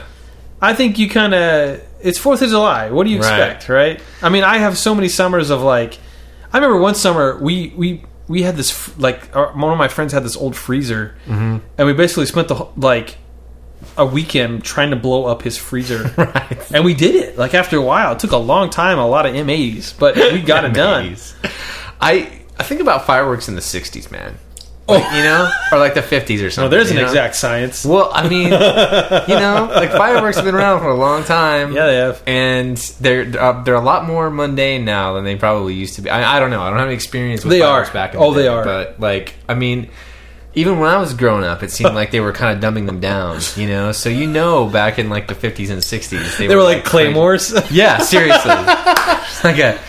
B: I think you kind of it's Fourth of July. What do you
A: Right.
B: expect, right? I mean, I have so many summers of like. I remember one summer we we we had this f- like our, one of my friends had this old freezer,
A: Mm-hmm.
B: and we basically spent the whole- like a weekend trying to blow up his freezer,
A: Right.
B: and we did it. Like after a while, it took a long time, a lot of MAs, but we got it done.
A: I I think about fireworks in the '60s, man. Like, you know, or like the '50s or something.
B: Well, there's an
A: you know?
B: exact science.
A: Well, I mean, you know, like fireworks have been around for a long time.
B: Yeah, they have.
A: and they're uh, they're a lot more mundane now than they probably used to be. I, I don't know. I don't have any experience with
B: They
A: fireworks
B: are.
A: back. In
B: Oh,
A: the
B: they
A: day,
B: are.
A: But like, I mean. Even when I was growing up, it seemed like they were kind of dumbing them down, you know. So you know, back in like the fifties and sixties,
B: They were like
A: crazy.
B: claymores.
A: Yeah, seriously. like a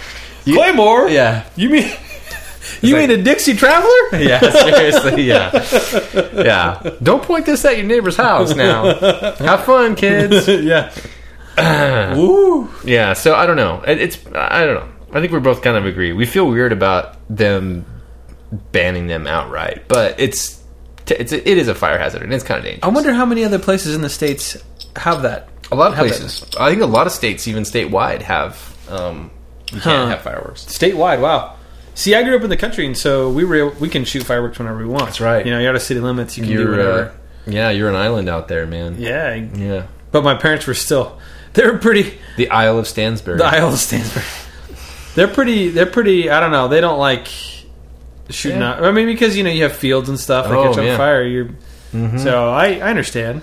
B: Claymore?
A: yeah,
B: You mean you
A: like-
B: mean a Dixie Traveler?
A: Yeah, seriously, yeah. Yeah. Don't point this at your neighbor's house now. Have fun, kids.
B: yeah. Woo.
A: Yeah, so I don't know. It, it's I don't know. I think we're both kind of agree. We feel weird about them banning them outright, but it's t- it's it is a fire hazard and it's kind of dangerous.
B: I wonder how many other places in the states have that.
A: a lot of
B: Have it.
A: places. I think a lot of states even statewide have um you can't
B: Huh.
A: have fireworks.
B: Statewide, wow. See, I grew up in the country, and so we were we can shoot fireworks whenever we want. That's
A: right.
B: You know, you're out of city limits. You can do
A: You're,
B: whatever.
A: uh, yeah, you're an island out there, man.
B: yeah.
A: Yeah.
B: But my parents were still. They were pretty.
A: The Isle of Stansbury.
B: The Iowa stands for. They're pretty. They're pretty. I don't know. They don't like shooting
A: Yeah.
B: out. I mean, because you know you have fields and stuff that
A: Oh,
B: catch on
A: yeah.
B: fire. You're. So I I understand,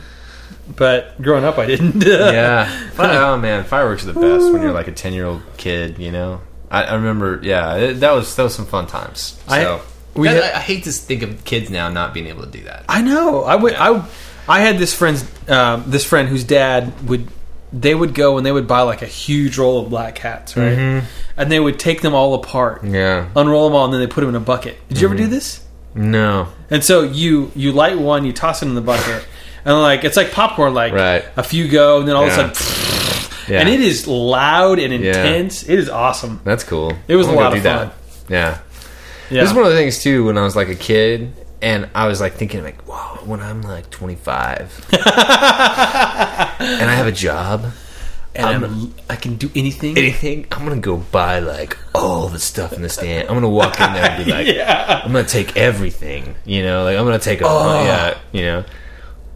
B: but growing up I didn't.
A: yeah. But, oh man, fireworks are the best when you're like a ten year old kid. You know, I, I remember. Yeah, it, that was that was some fun times.
B: I-
A: So.
B: we
A: That-
B: had-
A: I, I hate to think of kids now not being able to do that.
B: I know. I would. I, I had this friend's um, this friend whose dad would. They would go and they would buy like a huge roll of black cats, right? And they would take them all apart,
A: Mm-hmm. Yeah. Mm-hmm.
B: unroll them all, and then they put them in a bucket. Did you ever do this?
A: No.
B: And so you you light one, you toss it in the bucket, and like it's like popcorn. Like
A: Right.
B: a few go, and then all
A: Yeah.
B: of a sudden,
A: Yeah.
B: and it is loud and
A: Yeah.
B: intense. It is awesome.
A: That's cool.
B: It was
A: I
B: a
A: wanna
B: lot
A: go
B: of
A: do
B: fun.
A: That. Yeah.
B: Yeah.
A: This is one of the things too when I was like a kid and I was like thinking like, wow, when I'm like 25 and I have a job and I'm,
B: I can do anything.
A: anything, I'm gonna go buy like all the stuff in the stand. I'm gonna walk in there and be like, I'm gonna take everything, you know, like I'm gonna take a
B: Oh.
A: yeah, you know.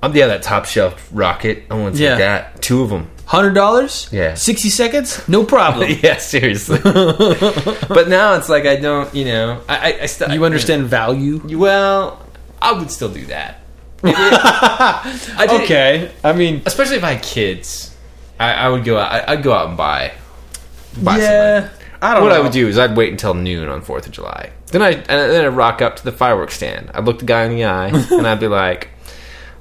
A: I'm yeah, that top shelf rocket. I want to take
B: Yeah.
A: that. Two of them.
B: Hundred dollars.
A: Yeah.
B: Sixty seconds. No problem.
A: Yeah, seriously. but now it's like I don't, you know, I, I, I still
B: You understand value?
A: Well, I would still do that. I did-
B: Okay. I mean,
A: especially if I had kids, I, I would go out. I, I'd go out and buy. buy something.
B: yeah. I don't
A: What
B: know.
A: I would do is I'd wait until noon on Fourth of July. Then I and then I would rock up to the fireworks stand. I'd look the guy in the eye and I'd be like,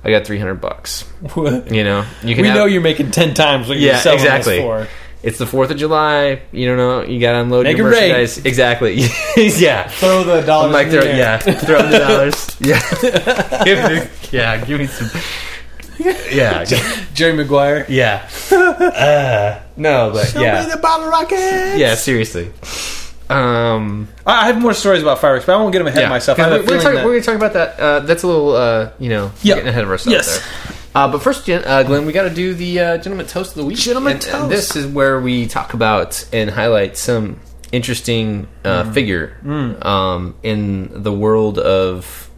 A: "I got three hundred bucks." You know, you can.
B: we
A: have-
B: know you're making ten times what you're
A: Yeah,
B: selling
A: exactly.
B: this for.
A: It's the Fourth of July. You don't know. You got to unload
B: Make
A: your
B: it rain.
A: merchandise. Exactly. yeah.
B: Throw the dollars.
A: I'm like,
B: in the
A: throw,
B: air.
A: yeah, throw the dollars. Yeah. give me, yeah, give me some. Yeah,
B: Jerry Maguire.
A: yeah. Uh, no, but yeah,
B: bottle rocket.
A: yeah. Seriously. Um,
B: I I have more stories about fireworks, but I won't get them ahead
A: yeah.
B: of myself. I have a
A: We're, we're
B: feeling
A: talking-
B: that-
A: we're gonna talk about that. Uh, that's a little, uh, you know,
B: Yeah.
A: getting ahead of ourselves
B: Yes.
A: there. Uh, but first, Jen, uh, Glenn, we got to do the uh, gentleman toast of the week.
B: Gentleman
A: And-
B: toast.
A: And this is where we talk about and highlight some interesting uh,
B: Mm.
A: figure um, in the world of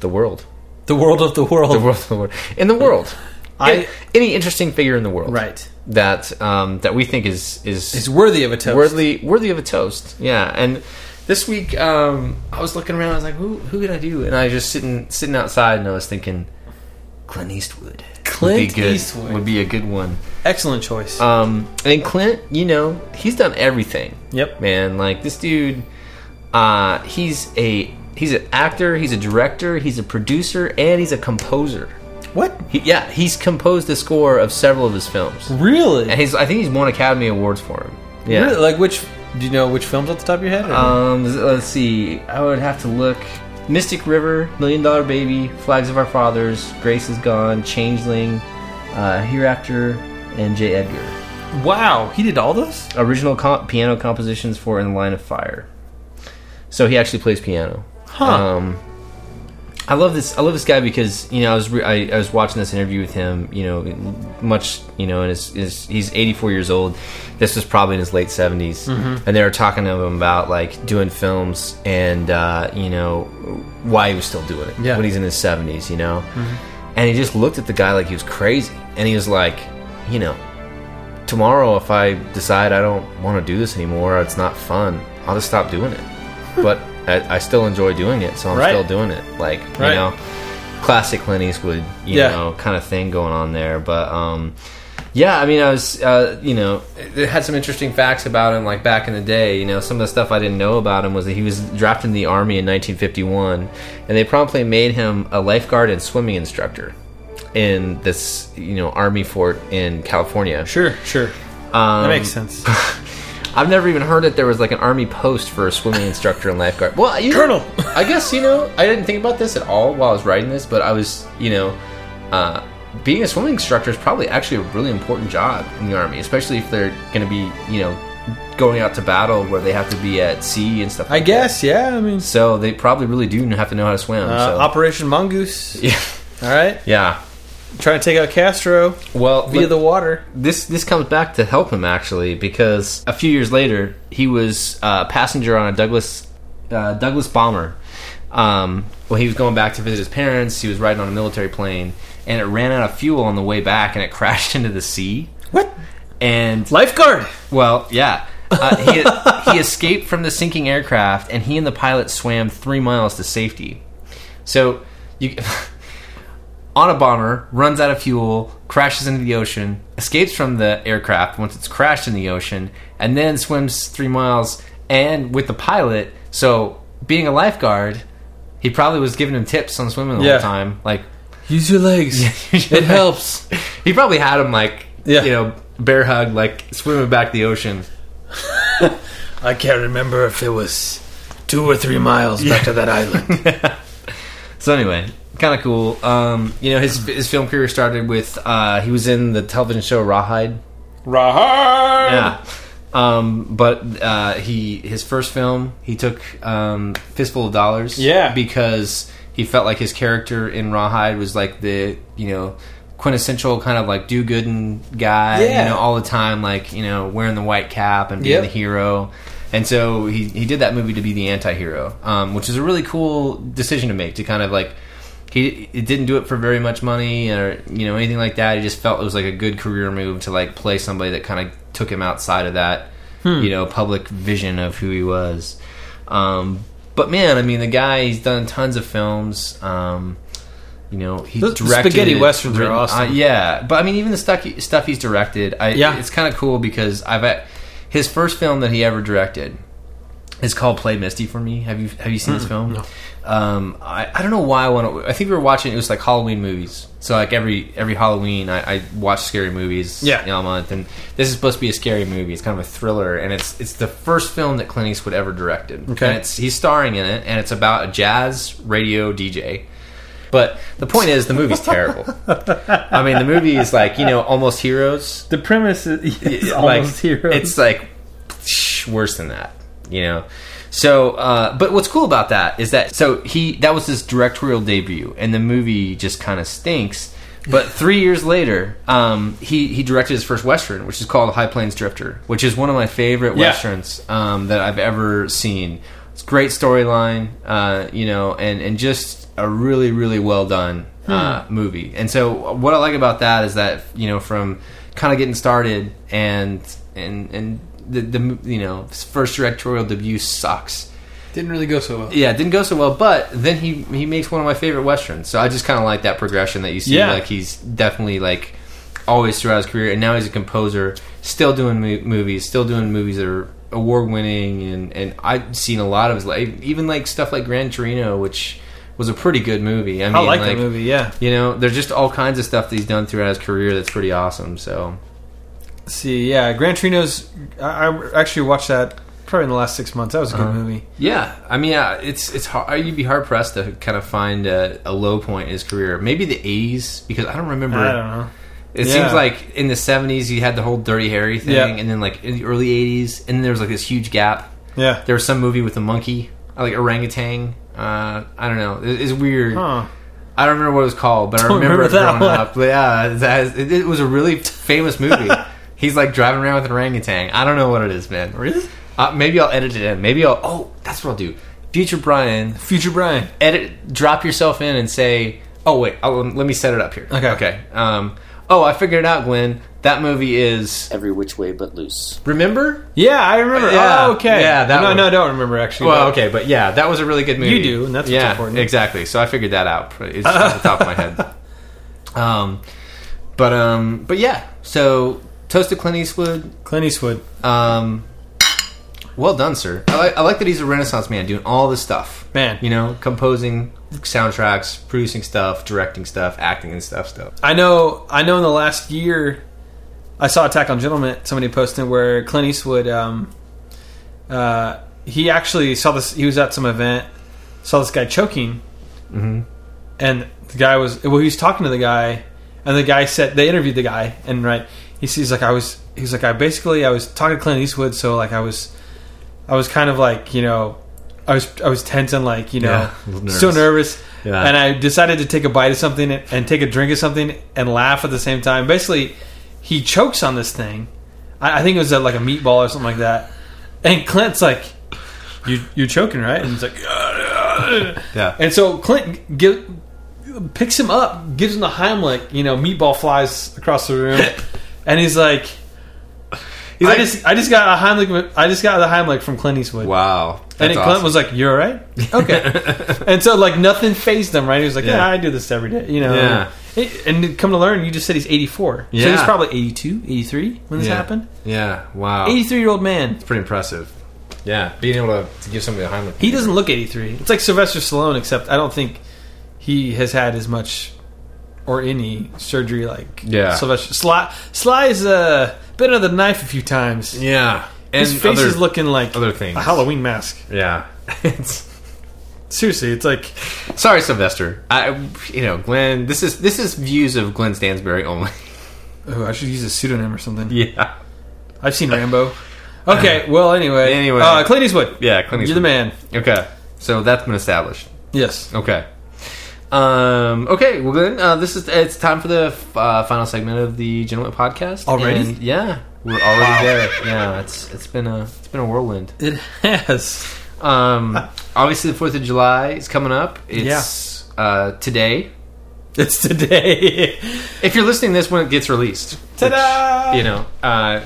A: the world.
B: the world of the world.
A: the world, the world. in the world.
B: Oh. I-
A: In- any interesting figure in the world,
B: Right.
A: That um, that we think is is,
B: It's worthy of a toast.
A: worthy worthy of a toast. Yeah, and this week um, I was looking around. I was like, who who could I do? And I was just sitting sitting outside, and I was thinking, Clint Eastwood.
B: Clint
A: would be good,
B: Eastwood.
A: would be a good one.
B: Excellent choice.
A: Um, and Clint, you know, he's done everything.
B: Yep.
A: man. Like this dude, uh, he's a he's an actor, he's a director, he's a producer, and he's a composer.
B: what?
A: He, yeah, he's composed the score of several of his films,
B: Really?
A: and he's I think he's won Academy Awards for him. Yeah.
B: Really? Like which? Do you know which films off the top of your head? or-
A: Um, z- let's see. I would have to look. Mystic River, Million Dollar Baby, Flags of Our Fathers, Grace is Gone, Changeling, uh, Hereafter, and J. Edgar.
B: wow, he did all those.
A: Original com- piano compositions for In the Line of Fire. So he actually plays piano.
B: Huh.
A: Um, I love this. I love this guy because you know I was re- I, I was watching this interview with him. You know, much you know, and his, his, he's 84 years old. This was probably in his late 70s,
B: Mm-hmm.
A: and they were talking to him about like doing films and uh, you know why he was still doing it
B: Yeah. Mm-hmm.
A: when he's in his 70s. You know, and he just looked at the guy like he was crazy, and he was like, you know, tomorrow if I decide I don't want to do this anymore, or it's not fun, I'll just stop doing it. but I, I still enjoy doing it, so I'm
B: Right.
A: still doing it. Like
B: Right.
A: you know, classic Clint Eastwood, you
B: Yeah.
A: know, kind of thing going on there. But um, yeah, I mean, I was uh, you know, it it had some interesting facts about him, like back in the day. You know, some of the stuff I didn't know about him was that he was drafted in the army in 1951, and they promptly made him a lifeguard and swimming instructor in this you know army fort in California.
B: Sure, sure.
A: Um,
B: that makes sense.
A: I've never even heard that there was like an army post for a swimming instructor and lifeguard. Well, you know-
B: Colonel.
A: I guess you know I didn't think about this at all while I was writing this, but I was you know, uh, being a swimming instructor is probably actually a really important job in the army, especially if they're going to be you know going out to battle where they have to be at sea and stuff.
B: I
A: like
B: guess. Yeah. I mean,
A: that. so. They probably really do have to know how to swim.
B: uh,
A: so.
B: Operation Mongoose.
A: yeah,
B: All right.
A: yeah.
B: trying to take out Castro
A: Well,
B: via
A: look-
B: the water.
A: this this comes back to help him actually because a few years later he was uh, passenger on a Douglas uh, Douglas bomber. Um, well, he was going back to visit his parents. He was riding on a military plane, and it ran out of fuel on the way back, and it crashed into the sea.
B: What?
A: And
B: Lifeguard.
A: well, yeah. Uh, he, he escaped from the sinking aircraft, and he and the pilot swam three miles to safety. So, you, on a bomber, runs out of fuel, crashes into the ocean, escapes from the aircraft once it's crashed in the ocean, and then swims three miles and with the pilot. So, being a lifeguard, he probably was giving him tips on swimming the
B: Yeah.
A: whole time. Like,
B: Use your legs. it helps.
A: he probably had him like,
B: Yeah.
A: you know, bear hug, like swimming back the ocean.
B: I can't remember if it was two or three miles back to that island.
A: So anyway, kind of cool. Um, you know, his his film career started with uh, he was in the television show Rawhide.
B: Rahar.
A: Yeah. Um, but uh, he his first film he took um, fistful of dollars.
B: Yeah.
A: because he felt like his character in Rawhide was like the you know quintessential kind of like do good and guy.
B: Yeah.
A: You know, all the time like you know wearing the white cap and being
B: Yep.
A: the hero. And so he, he did that movie to be the anti-hero, um, which is a really cool decision to make to kind of like he it didn't do it for very much money or you know anything like that. He just felt it was like a good career move to like play somebody that kind of took him outside of that
B: Hmm.
A: you know public vision of who he was. Um, but man, I mean, the guy he's done tons of films. Um, you know, he
B: Those
A: directed
B: spaghetti westerns are
A: written-
B: awesome.
A: uh, yeah, but I mean, even the stuff he, stuff he's directed, I,
B: Yeah.
A: it's kind of cool because I've a- his first film that he ever directed is called Play Misty for Me. Have you have you seen this film? Um, I, I don't know why I want to. I think we were watching. It was like Halloween movies. So like every every Halloween, I, I watch scary movies.
B: Yeah.
A: you know, month, and this is supposed to be a scary movie. It's kind of a thriller, and it's it's the first film that Clint Eastwood ever directed.
B: Okay.
A: and it's he's starring in it, and it's about a jazz radio DJ. But the point is, the movie's terrible. I mean, the movie is like you know almost heroes.
B: The premise is it's
A: Like,
B: almost hero.
A: It's like psh, worse than that, you know. So, uh, but what's cool about that is that so he that was his directorial debut, and the movie just kind of stinks. But three years later, um, he he directed his first western, which is called High Plains Drifter, which is one of my favorite
B: Yeah.
A: westerns um, that I've ever seen. It's a great storyline, uh, you know, and and just a really really well done uh, movie. And so what I like about that is that you know from kind of getting started and and and the, the you know his first directorial debut sucks.
B: didn't really go so well.
A: Yeah, it didn't go so well, but then he he makes one of my favorite westerns. So I just kind of like that progression that you see.
B: Yeah.
A: Like he's definitely like always throughout his career, and now he's a composer, still doing mo- movies, still doing movies that are award winning, and and I've seen a lot of his like even like stuff like Gran Torino, which was a pretty good movie. I mean,
B: I like, that movie. Yeah.
A: You know, there's just all kinds of stuff that he's done throughout his career that's pretty awesome. So
B: See, yeah, Gran Torino's. I, I actually watched that probably in the last six months. That was a good
A: Uh-huh.
B: movie.
A: Yeah, I mean, uh, it's it's hard. You'd be hard pressed to kind of find a, a low point in his career. Maybe the '80s because I don't remember.
B: I don't know.
A: It
B: Yeah.
A: seems like in the '70s you had the whole Dirty Harry thing,
B: Yeah.
A: and then like in the early '80s, and there was like this huge gap.
B: Yeah.
A: There was some movie with a monkey, uh, like orangutan. Uh, I don't know. It, it's weird.
B: Huh.
A: I don't remember what it was called, but I
B: Don't
A: remember, it
B: remember that
A: growing
B: one.
A: up. But yeah, that, it, it was a really famous movie. He's like driving around with an orangutan. I don't know what it is, man.
B: Really?
A: Uh, maybe I'll edit it in. Maybe I'll. Oh, that's what I'll do. Future Brian,
B: Future Brian.
A: edit. Drop yourself in and say. Oh wait, I'll, let me set it up here.
B: Okay.
A: Okay. Um. Oh, I figured it out, Glenn. That movie is.
F: Every which way but loose.
A: Remember?
B: Yeah, I remember.
A: Yeah.
B: Oh, okay.
A: Yeah, that
B: no,
A: one.
B: no, I don't remember actually.
A: Well,
B: but-
A: okay, but yeah, that was a really good movie.
B: You do, and that's what's
A: yeah,
B: important.
A: exactly. So I figured that out. It's off the top of my head. Um, but um, but yeah. So toast to Clint Eastwood.
B: Clint Eastwood.
A: Um, well done, sir. I like, I like that he's a Renaissance man, doing all this stuff.
B: Man.
A: you know, composing soundtracks, producing stuff, directing stuff, acting and stuff. Stuff.
B: I know. I know. In the last year, I saw Attack on Gentlemen. Somebody posted where Clint Eastwood. Um, uh, he actually saw this. He was at some event, saw this guy choking,
A: Mm-hmm.
B: and the guy was well. He was talking to the guy, and the guy said they interviewed the guy, and right, he sees like I was. He was like I basically I was talking to Clint Eastwood, so like I was, I was kind of like you know, I was I was tense and like you know,
A: Yeah, a little
B: so
A: nervous.
B: nervous.
A: Yeah.
B: And I decided to take a bite of something and take a drink of something and laugh at the same time. Basically, he chokes on this thing. I, I think it was uh like a meatball or something like that. And Clint's like, "You you're choking, right?" And he's like,
A: Yeah.
B: And so Clint give, picks him up, gives him the Heimlich. You know, meatball flies across the room, and he's like, "I
A: like-
B: just I just got a Heimlich. I just got the Heimlich from Clint Eastwood."
A: Wow.
B: And
A: That's
B: Clint
A: awesome.
B: was like, "You're all right, okay." and so, like, nothing phased him, right? He was like, "Yeah,
A: Yeah.
B: I do this every day," you know.
A: Yeah.
B: And- And come to learn, you just said he's 84, so he's
A: Yeah.
B: probably 82, 83 when this
A: Yeah.
B: happened.
A: Yeah. Wow.
B: 83 year old man.
A: Pretty impressive.
G: Yeah, being able to, to give somebody a Heimlich.
B: He doesn't look 83. It's like Sylvester Stallone, except I don't think he has had as much or any surgery like
G: Yeah.
B: Sylvester Sly. Sly's uh, been under the knife a few times.
A: Yeah. And
B: His face
A: other-
B: is looking like
A: other things.
B: a Halloween mask.
A: Yeah. It's-
B: Seriously, it's like
A: Sorry, Sylvester. I, you know, Glenn. This is this is views of Glenn Stansbury only.
B: oh, I should use a pseudonym or something.
A: Yeah.
B: I've seen Rambo. Okay, well, anyway,
A: Anyway.
B: uh, Clint Eastwood.
A: Yeah. Clint
B: You're the
A: Eastwood.
B: man.
A: Okay. So that's been established.
B: Yes.
A: Okay. Um, okay, well then, uh, this is it's time for the uh, final segment of the Gentleman Podcast.
B: Already?
A: And, yeah, we're already there. Yeah, it's it's been a it's been a whirlwind.
B: It has.
A: Um, obviously, the Fourth of July is coming up. It's uh, today.
B: It's today.
A: If you're listening to this when it gets released, which,
B: Ta-da!
A: you know, uh,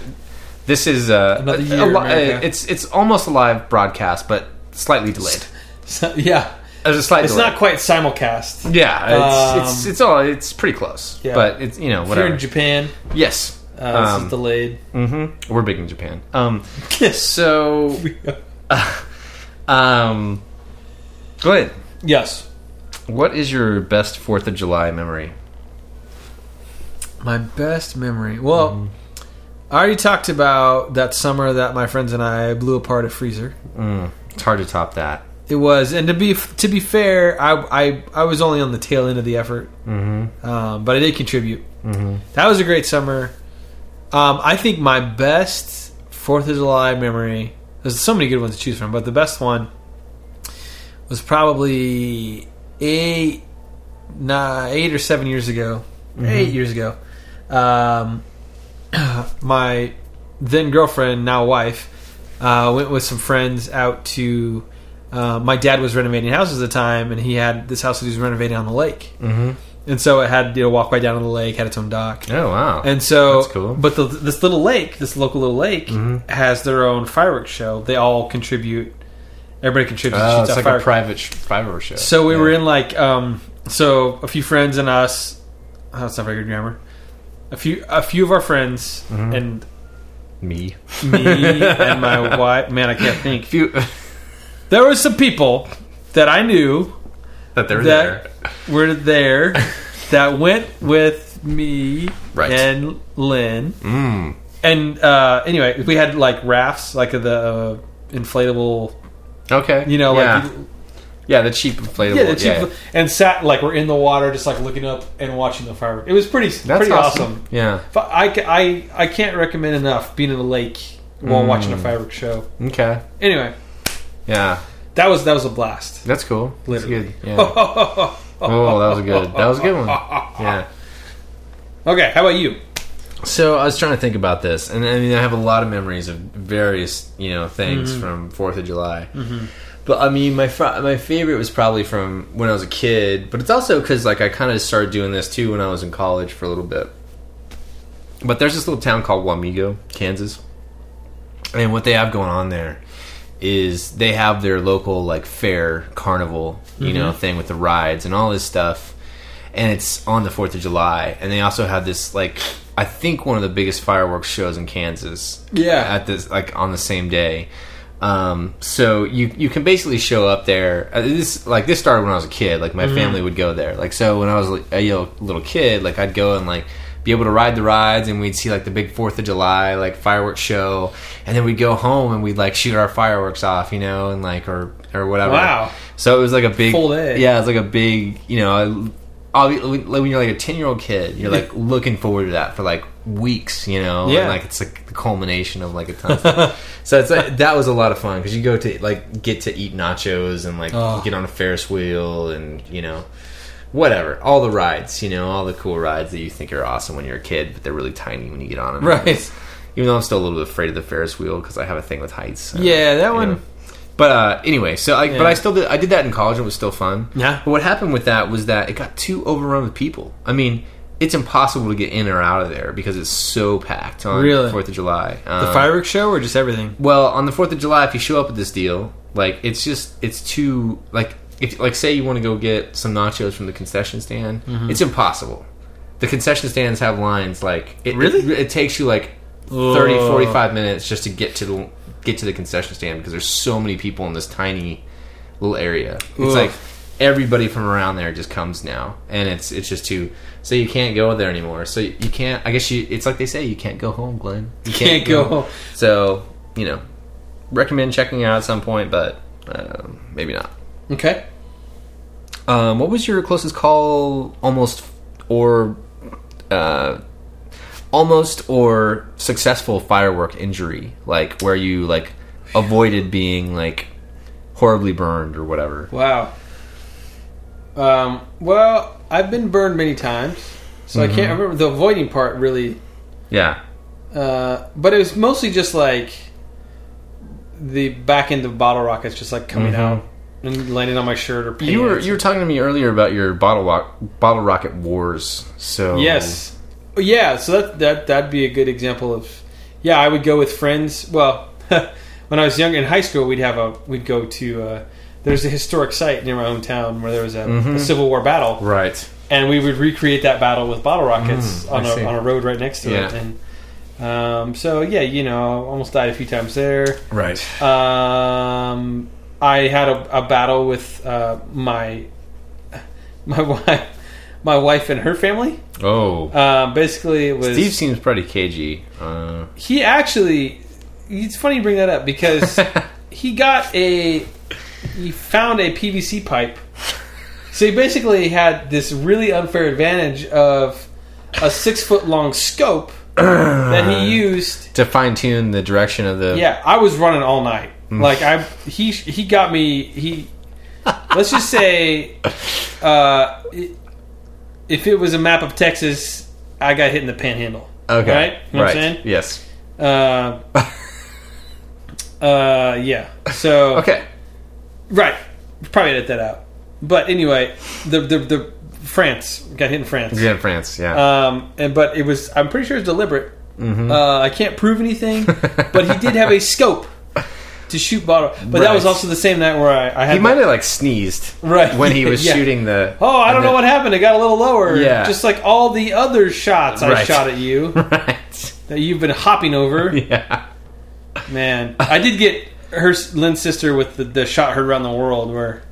A: this is uh,
B: Another
A: a- a
B: year,
A: li-
B: America.
A: uh, it's it's almost a live broadcast, but slightly delayed. Uh,
B: So- yeah.
A: There's a slight
B: It's
A: delay.
B: not quite simulcast.
A: Yeah, it's,
B: Um,
A: it's it's all it's pretty close.
B: Yeah.
A: But it's you know
B: If you're
A: whatever.
B: in Japan,
A: yes.
B: uh, this
A: Um,
B: is delayed.
A: hmm We're big in Japan. Um, so, um, Glenn,
B: yes.
A: what is your best Fourth of July memory?
B: My best memory. Well, I already talked about that summer that my friends and I blew apart a freezer.
A: It's hard to top that.
B: It was, and to be to be fair, I I, I was only on the tail end of the effort, mm-hmm. um, but I did contribute. Mm-hmm. That was a great summer. Um, I think my best Fourth of July memory. There's so many good ones to choose from, but the best one was probably eight, nah, eight or seven years ago, eight years ago. Um, my then girlfriend, now wife, uh, went with some friends out to. Uh, my dad was renovating houses at the time, and he had this house that he was renovating on the lake, mm-hmm. and so it had you know walkway down to the lake, had its own dock,
A: Oh wow!
B: and so,
A: That's cool. Mm-hmm.
B: but the, this little lake, this local little lake, has their own fireworks show. They all contribute. Everybody contributes.
A: oh,
B: shoots
A: it's
B: out
A: like a
B: fireworks.
A: private sh- private show.
B: so we
A: Yeah.
B: were in like, um, so a few friends and us. Oh, that's not very good grammar. A few, a few of our friends
A: Mm-hmm.
B: and
A: me.
B: me and my wife. Man, I can't think.
A: If you
B: There were some people that I knew
A: that they're
B: that
A: there.
B: were there that went with me
A: Right. Mm.
B: and Lynn. And uh, anyway, we had like rafts, like the uh, inflatable,
A: Okay,
B: you know,
A: yeah,
B: like
A: yeah, the cheap inflatable.
B: yeah, the cheap, and sat like we're in the water, just like looking up and watching the fireworks. It was pretty, pretty awesome.
A: Yeah.
B: F- I, ca- I, I can't recommend enough being in the lake while watching a
A: Mm.
B: fireworks show.
A: Okay.
B: Anyway,
A: Yeah,
B: that was that was a blast.
A: that's cool.
B: Literally.
A: That's good. Yeah. oh, that was a good. That was a good one. Yeah.
B: Okay, how about you?
A: So I was trying to think about this, and I mean, I have a lot of memories of various, you know, things
B: Mm-hmm.
A: from Fourth of July. But I mean, my fr- my favorite was probably from when I was a kid. But it's also because like I kind of started doing this too when I was in college for a little bit. But there's this little town called Wamego, Kansas, and what they have going on there is they have their local like fair carnival, you know, thing with the rides and all this stuff and it's on the 4th of July. And they also have this, like, I think one of the biggest fireworks shows in Kansas.
B: Yeah.
A: At this, like, on the same day. Um, so you, you can basically show up there. uh, This, like, this started when I was a kid. Like,
B: Mm-hmm.
A: my family would go there. Like, so when I was like, a you know, little kid, like, I'd go and, like, be able to ride the rides and we'd see like the big 4th of July like fireworks show and then we'd go home and we'd like shoot our fireworks off you know and like or or whatever
B: Wow.
A: so it was like a big
B: Full day.
A: yeah yeah, it's like a big, you know, I- obvi- like when you're like a 10 year old kid, you're like looking forward to that for like weeks, you know,
B: Yeah.
A: and like it's like the culmination of like a ton. Of stuff. so it's like, that was a lot of fun because you go to like get to eat nachos and like
B: Oh.
A: get on a Ferris wheel and you know whatever all the rides you know all the cool rides that you think are awesome when you're a kid but they're really tiny when you get on them
B: Right.
A: even though I'm still a little bit afraid of the Ferris wheel because I have a thing with heights. I don't
B: Yeah, that
A: you
B: one-
A: But uh, anyway, so I, but
B: Yeah.
A: I still did. I did that in college. and It was still fun.
B: Yeah.
A: But what happened with that was that it got too overrun with people. I mean, it's impossible to get in or out of there because it's so packed on
B: Really?
A: Fourth of July.
B: The
A: Um,
B: fireworks show or just everything?
A: well, on the Fourth of July, if you show up at this deal, like it's just it's too like if like say you want to go get some nachos from the concession stand,
B: Mm-hmm.
A: it's impossible. The concession stands have lines like it,
B: Really?
A: It, it takes you like 30, 45 minutes just to get to the get to the concession stand because there's so many people in this tiny little area. It's
B: Ugh.
A: like everybody from around there just comes now, and it's it's just too. So you can't go there anymore. So you can't. I guess you. It's like they say, you can't go home, Glenn. You
B: Can't go home.
A: So you know, recommend checking it out at some point, but um, maybe not.
B: Okay.
A: Um, what was your closest call, almost or uh, almost or successful firework injury, like where you like avoided being like horribly burned or whatever?
B: Wow. Um, well, I've been burned many times, so I can't remember the avoiding part really.
A: Yeah,
B: Uh, but it was mostly just like the back end of bottle rockets just like coming out and landing on my shirt or pants.
A: you were you were talking to me earlier about your bottle rock, bottle rocket wars. So
B: Yes. Yeah, so that that that'd be a good example of yeah, I would go with friends. Well, when I was younger in high school, we'd have a we'd go to uh, there's a historic site near my hometown where there was a, a Civil War battle,
A: Mm-hmm. right.
B: and we would recreate that battle with bottle rockets
A: Mm,
B: on,
A: I see.
B: a, on a road right next to it.
A: Yeah.
B: And um, so yeah, you know, almost died a few times there.
A: Right.
B: Uh, Um, I had a, a battle with uh, my my wife, my wife and her family.
A: Oh,
B: Um, basically, it was
A: Steve seems pretty cagey. Uh,
B: he actually. It's funny you bring that up because he got a he found a PVC pipe. So he basically had this really unfair advantage of a six foot long scope that he used.
A: to fine tune the direction of the
B: Yeah, I was running all night. Like I he he got me he. Let's just say, uh, i- if it was a map of Texas, I got hit in the panhandle.
A: Okay.
B: Right? You know what I'm saying?
A: Yes.
B: Uh, uh, yeah. So
A: Okay.
B: right, probably edit that out. But anyway, the the, the France got hit in France.
A: Yeah, France. Yeah.
B: Um, and but it was I'm pretty sure it's deliberate.
A: Mm-hmm.
B: Uh, I can't prove anything, but he did have a scope to shoot bottle. But that was
A: Right.
B: also the same night where I, I had
A: he might have like sneezed
B: Right.
A: when he was
B: Yeah.
A: shooting the.
B: Oh, I don't know what happened. It got a little lower.
A: Yeah.
B: Just like all the other shots I
A: Right.
B: shot at you
A: Right.
B: that you've been hopping over.
A: Yeah.
B: Man, I did get her Lynn's sister with the, the shot heard around the world where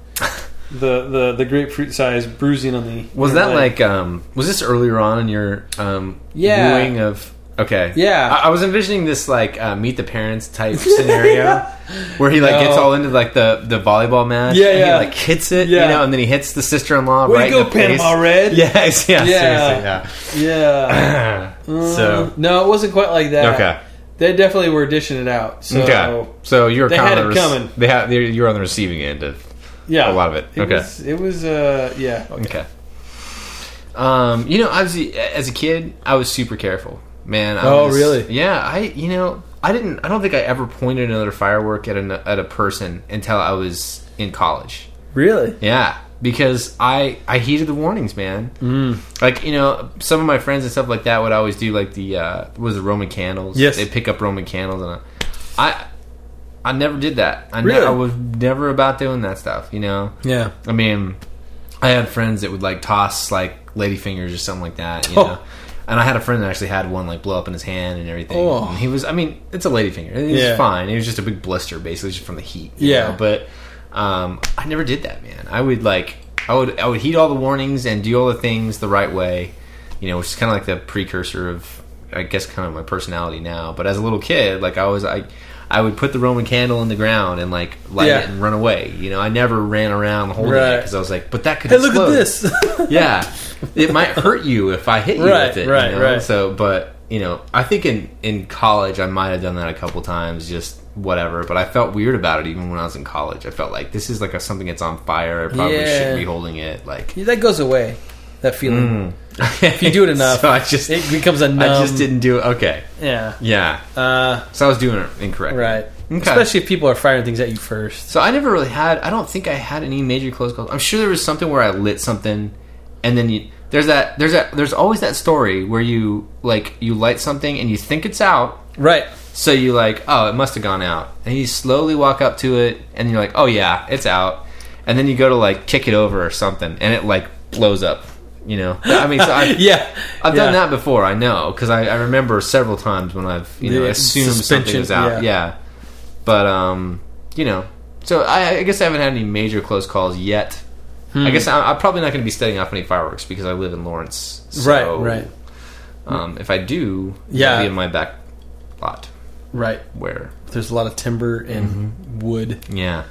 B: the the, the grapefruit size bruising on the
A: Was
B: her
A: that
B: leg.
A: like um? Was this earlier on in your um?
B: Yeah.
A: Wooing of. Okay.
B: Yeah.
A: I, I was envisioning this like uh, meet the parents type scenario where he like gets
B: No.
A: all into like the the volleyball match.
B: Yeah,
A: and
B: yeah.
A: He like hits it.
B: Yeah.
A: You know, and then he hits the sister in law.
B: Way
A: right
B: to go,
A: in the face.
B: Panama Red.
A: Yes. Yeah.
B: Yeah. Yeah.
A: Seriously. Yeah. so.
B: no, it wasn't quite like that.
A: Okay.
B: They definitely were dishing it out. So
A: okay. So you're
B: They
A: kind
B: had
A: of
B: it
A: the rec-
B: coming.
A: They had you're on the receiving end of
B: yeah,
A: A lot of it. Okay.
B: was, it was uh yeah.
A: Okay. Um, you know, I was as a kid, I was super careful, man. I
B: Oh,
A: was-
B: really?
A: Yeah, I you know, I didn't. I don't think I ever pointed another firework at an, at a person until I was in college.
B: Really?
A: Yeah, because I I heeded the warnings, man. Mm. Like you know, some of my friends and stuff like that would always do like the uh, what was the Roman candles.
B: Yes.
A: they pick up Roman candles, and I I, I never did that. I,
B: Really?
A: ne- I was never about doing that stuff. You know.
B: Yeah.
A: I mean, I had friends that would like toss like lady fingers or something like that,
B: Oh.
A: you know. And I had a friend that actually had one like blow up in his hand and everything.
B: Oh.
A: And he was, I mean, it's a lady finger. It was
B: Yeah.
A: fine. It was just a big blister, basically, just from the heat. you
B: Yeah.
A: know? But um, I never did that, man. I would like, I would, I would heed all the warnings and do all the things the right way, you know, which is kind of like the precursor of, I guess, kind of my personality now. But as a little kid, like I was, I, I would put the Roman candle in the ground and like light
B: Yeah.
A: it and run away. You know, I never ran around the whole
B: Right.
A: because I was like, but that could
B: Hey, look
A: explode.
B: at this.
A: yeah, it might hurt you if I hit you
B: Right,
A: with it.
B: right,
A: you know?
B: right.
A: So, but you know, I think in in college I might have done that a couple times, just whatever. But I felt weird about it even when I was in college. I felt like this is like a, something that's on fire. I probably
B: Yeah.
A: shouldn't be holding it. Like
B: Yeah, that goes away. That feeling.
A: if
B: you do it enough,
A: so I just
B: It becomes a numb.
A: Mm. I just didn't do it. Okay,
B: Yeah.
A: yeah.
B: Uh,
A: So I was doing it incorrectly.
B: right. Especially if people are firing things at you first.
A: So I never really had. I don't think I had any major close calls. I'm sure there was something where I lit something, and then you there's that there's that there's always that story where you like you light something and you think it's out,
B: Right.
A: so you like oh it must have gone out, and you slowly walk up to it and you're like oh yeah it's out, and then you go to like kick it over or something and it like blows up, you know. I mean, so I,
B: Yeah.
A: I've done
B: Yeah.
A: that before, I know, because I, I remember several times when I've you know
B: The
A: assumed something
B: suspension,
A: was out.
B: yeah.
A: Yeah. but um, you know, so I, I guess I haven't had any major close calls yet. I guess I, I'm probably not going to be setting off any fireworks because I live in Lawrence. So,
B: Right, right.
A: Um, if I do,
B: Yeah.
A: it'll be in my back lot
B: Right.
A: where
B: There's a lot of timber and wood.
A: yeah.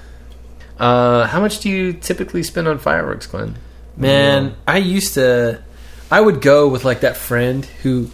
A: Uh, how much do you typically spend on fireworks, Glenn?
B: Man, I used to. I would go with like that friend who,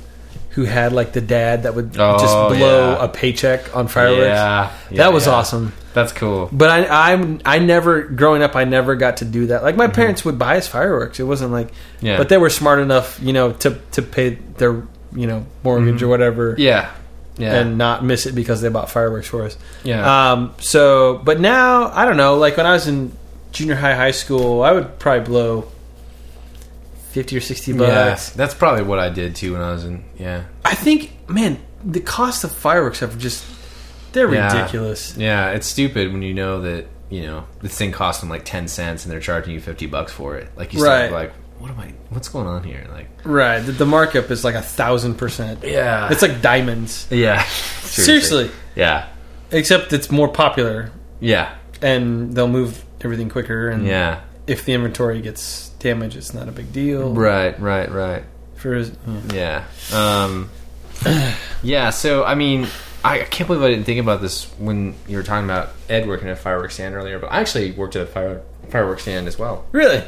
B: who had like the dad that would
A: Oh,
B: just blow
A: yeah.
B: a paycheck on fireworks.
A: Yeah, yeah,
B: that was
A: yeah.
B: awesome.
A: That's cool.
B: But I, I, I never growing up, I never got to do that. Like my parents would buy us fireworks. It wasn't like,
A: Yeah.
B: but they were smart enough, you know, to to pay their you know mortgage or whatever,
A: Yeah, yeah,
B: and not miss it because they bought fireworks for us.
A: yeah.
B: Um. So, but now I don't know. Like when I was in junior high, high school, I would probably blow fifty or sixty bucks.
A: yeah, that's probably what I did too when I was in. Yeah,
B: I think, man, the cost of fireworks have just they're
A: Yeah.
B: ridiculous.
A: yeah, it's stupid when you know that you know this thing cost them like ten cents and they're charging you fifty bucks for it. Like you
B: Right.
A: said, like what am I? What's going on here? Like
B: Right. The, the markup is like a thousand percent.
A: yeah,
B: It's like diamonds.
A: yeah,
B: Seriously.
A: yeah,
B: Except it's more popular
A: yeah,
B: and they'll move everything quicker and
A: yeah.
B: if the inventory gets damaged it's not a big deal.
A: Right, right, right.
B: For yeah.
A: Yeah. Um, yeah. So I mean, I, I can't believe I didn't think about this when you were talking about Ed working at a fireworks stand earlier. But I actually worked at a fire, fireworks stand as well.
B: Really?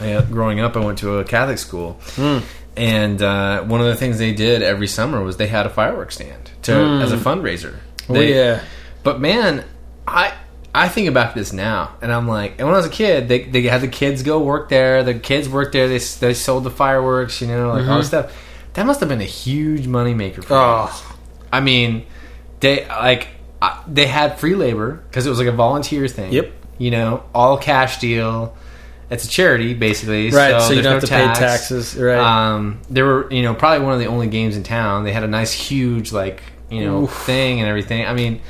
A: I, growing up, I went to a Catholic school,
B: Hmm.
A: and uh, one of the things they did every summer was they had a fireworks stand to, as a fundraiser. They-
B: Hmm. oh, yeah.
A: But man, I I think about this now, and I'm like, and when I was a kid, they, they had the kids go work there. The kids worked there. They s- they sold the fireworks, you know, like all this stuff. That must have been a huge moneymaker for them.
B: Mm-hmm. Oh.
A: I mean, they like I- they had free labor because it was like a volunteer thing.
B: Yep.
A: You know, all cash deal. It's a charity, basically.
B: Right, so you
A: there's
B: don't have to pay taxes, right.
A: Um, they were, you know, probably one of the only games in town. They had a nice, huge, like, you know, thing and everything. I mean,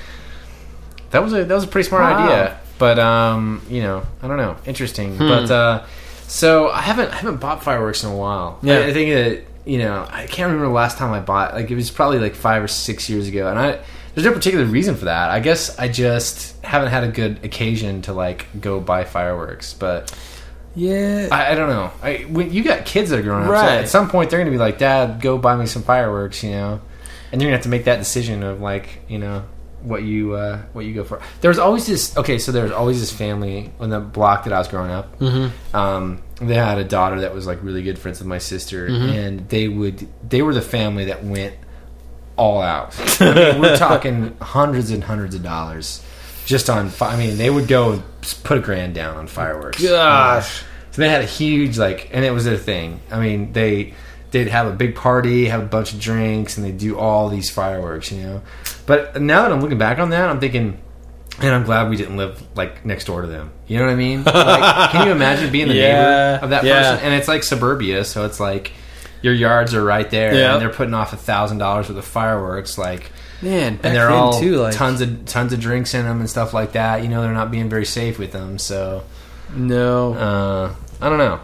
A: that was a that was a pretty smart
H: Wow.
A: idea. But um, you know, I don't know, interesting. But uh, so I haven't I haven't bought fireworks in a while.
B: Yeah.
A: I, I think that you know I can't remember the last time I bought. Like it was probably like five or six years ago, and I there's no particular reason for that. I guess I just haven't had a good occasion to like go buy fireworks, but.
B: Yeah.
A: I, I don't know. I when you got kids that are growing up, so
B: Right.
A: at some point they're going to be like, "Dad, go buy me some fireworks," you know, and you're going to have to make that decision of like, you know, what you uh, what you go for. There was always this. Okay, so there was always this family on the block that I was growing up. Mm-hmm. Um, they had a daughter that was like really good friends with my sister, and they would they were the family that went all out. I mean, we're talking hundreds and hundreds of dollars just on. Fi- I mean, they would go and s- put a grand down on fireworks.
B: Gosh.
A: So they had a huge like, and it was their thing. I mean, they they'd have a big party, have a bunch of drinks, and they do all these fireworks, you know. But now that I'm looking back on that, I'm thinking, and I'm glad we didn't live like next door to them. You know what I mean? Like, can you imagine being the
B: Yeah,
A: neighbor of that
B: yeah.
A: person? And it's like suburbia, so it's like your yards are right there,
B: Yeah.
A: and they're putting off a thousand dollars worth of fireworks, like.
B: man, back
A: And they're
B: then,
A: all
B: too, like
A: tons of tons of drinks in them and stuff like that. You know they're not being very safe with them, so
B: no.
A: uh, I don't know.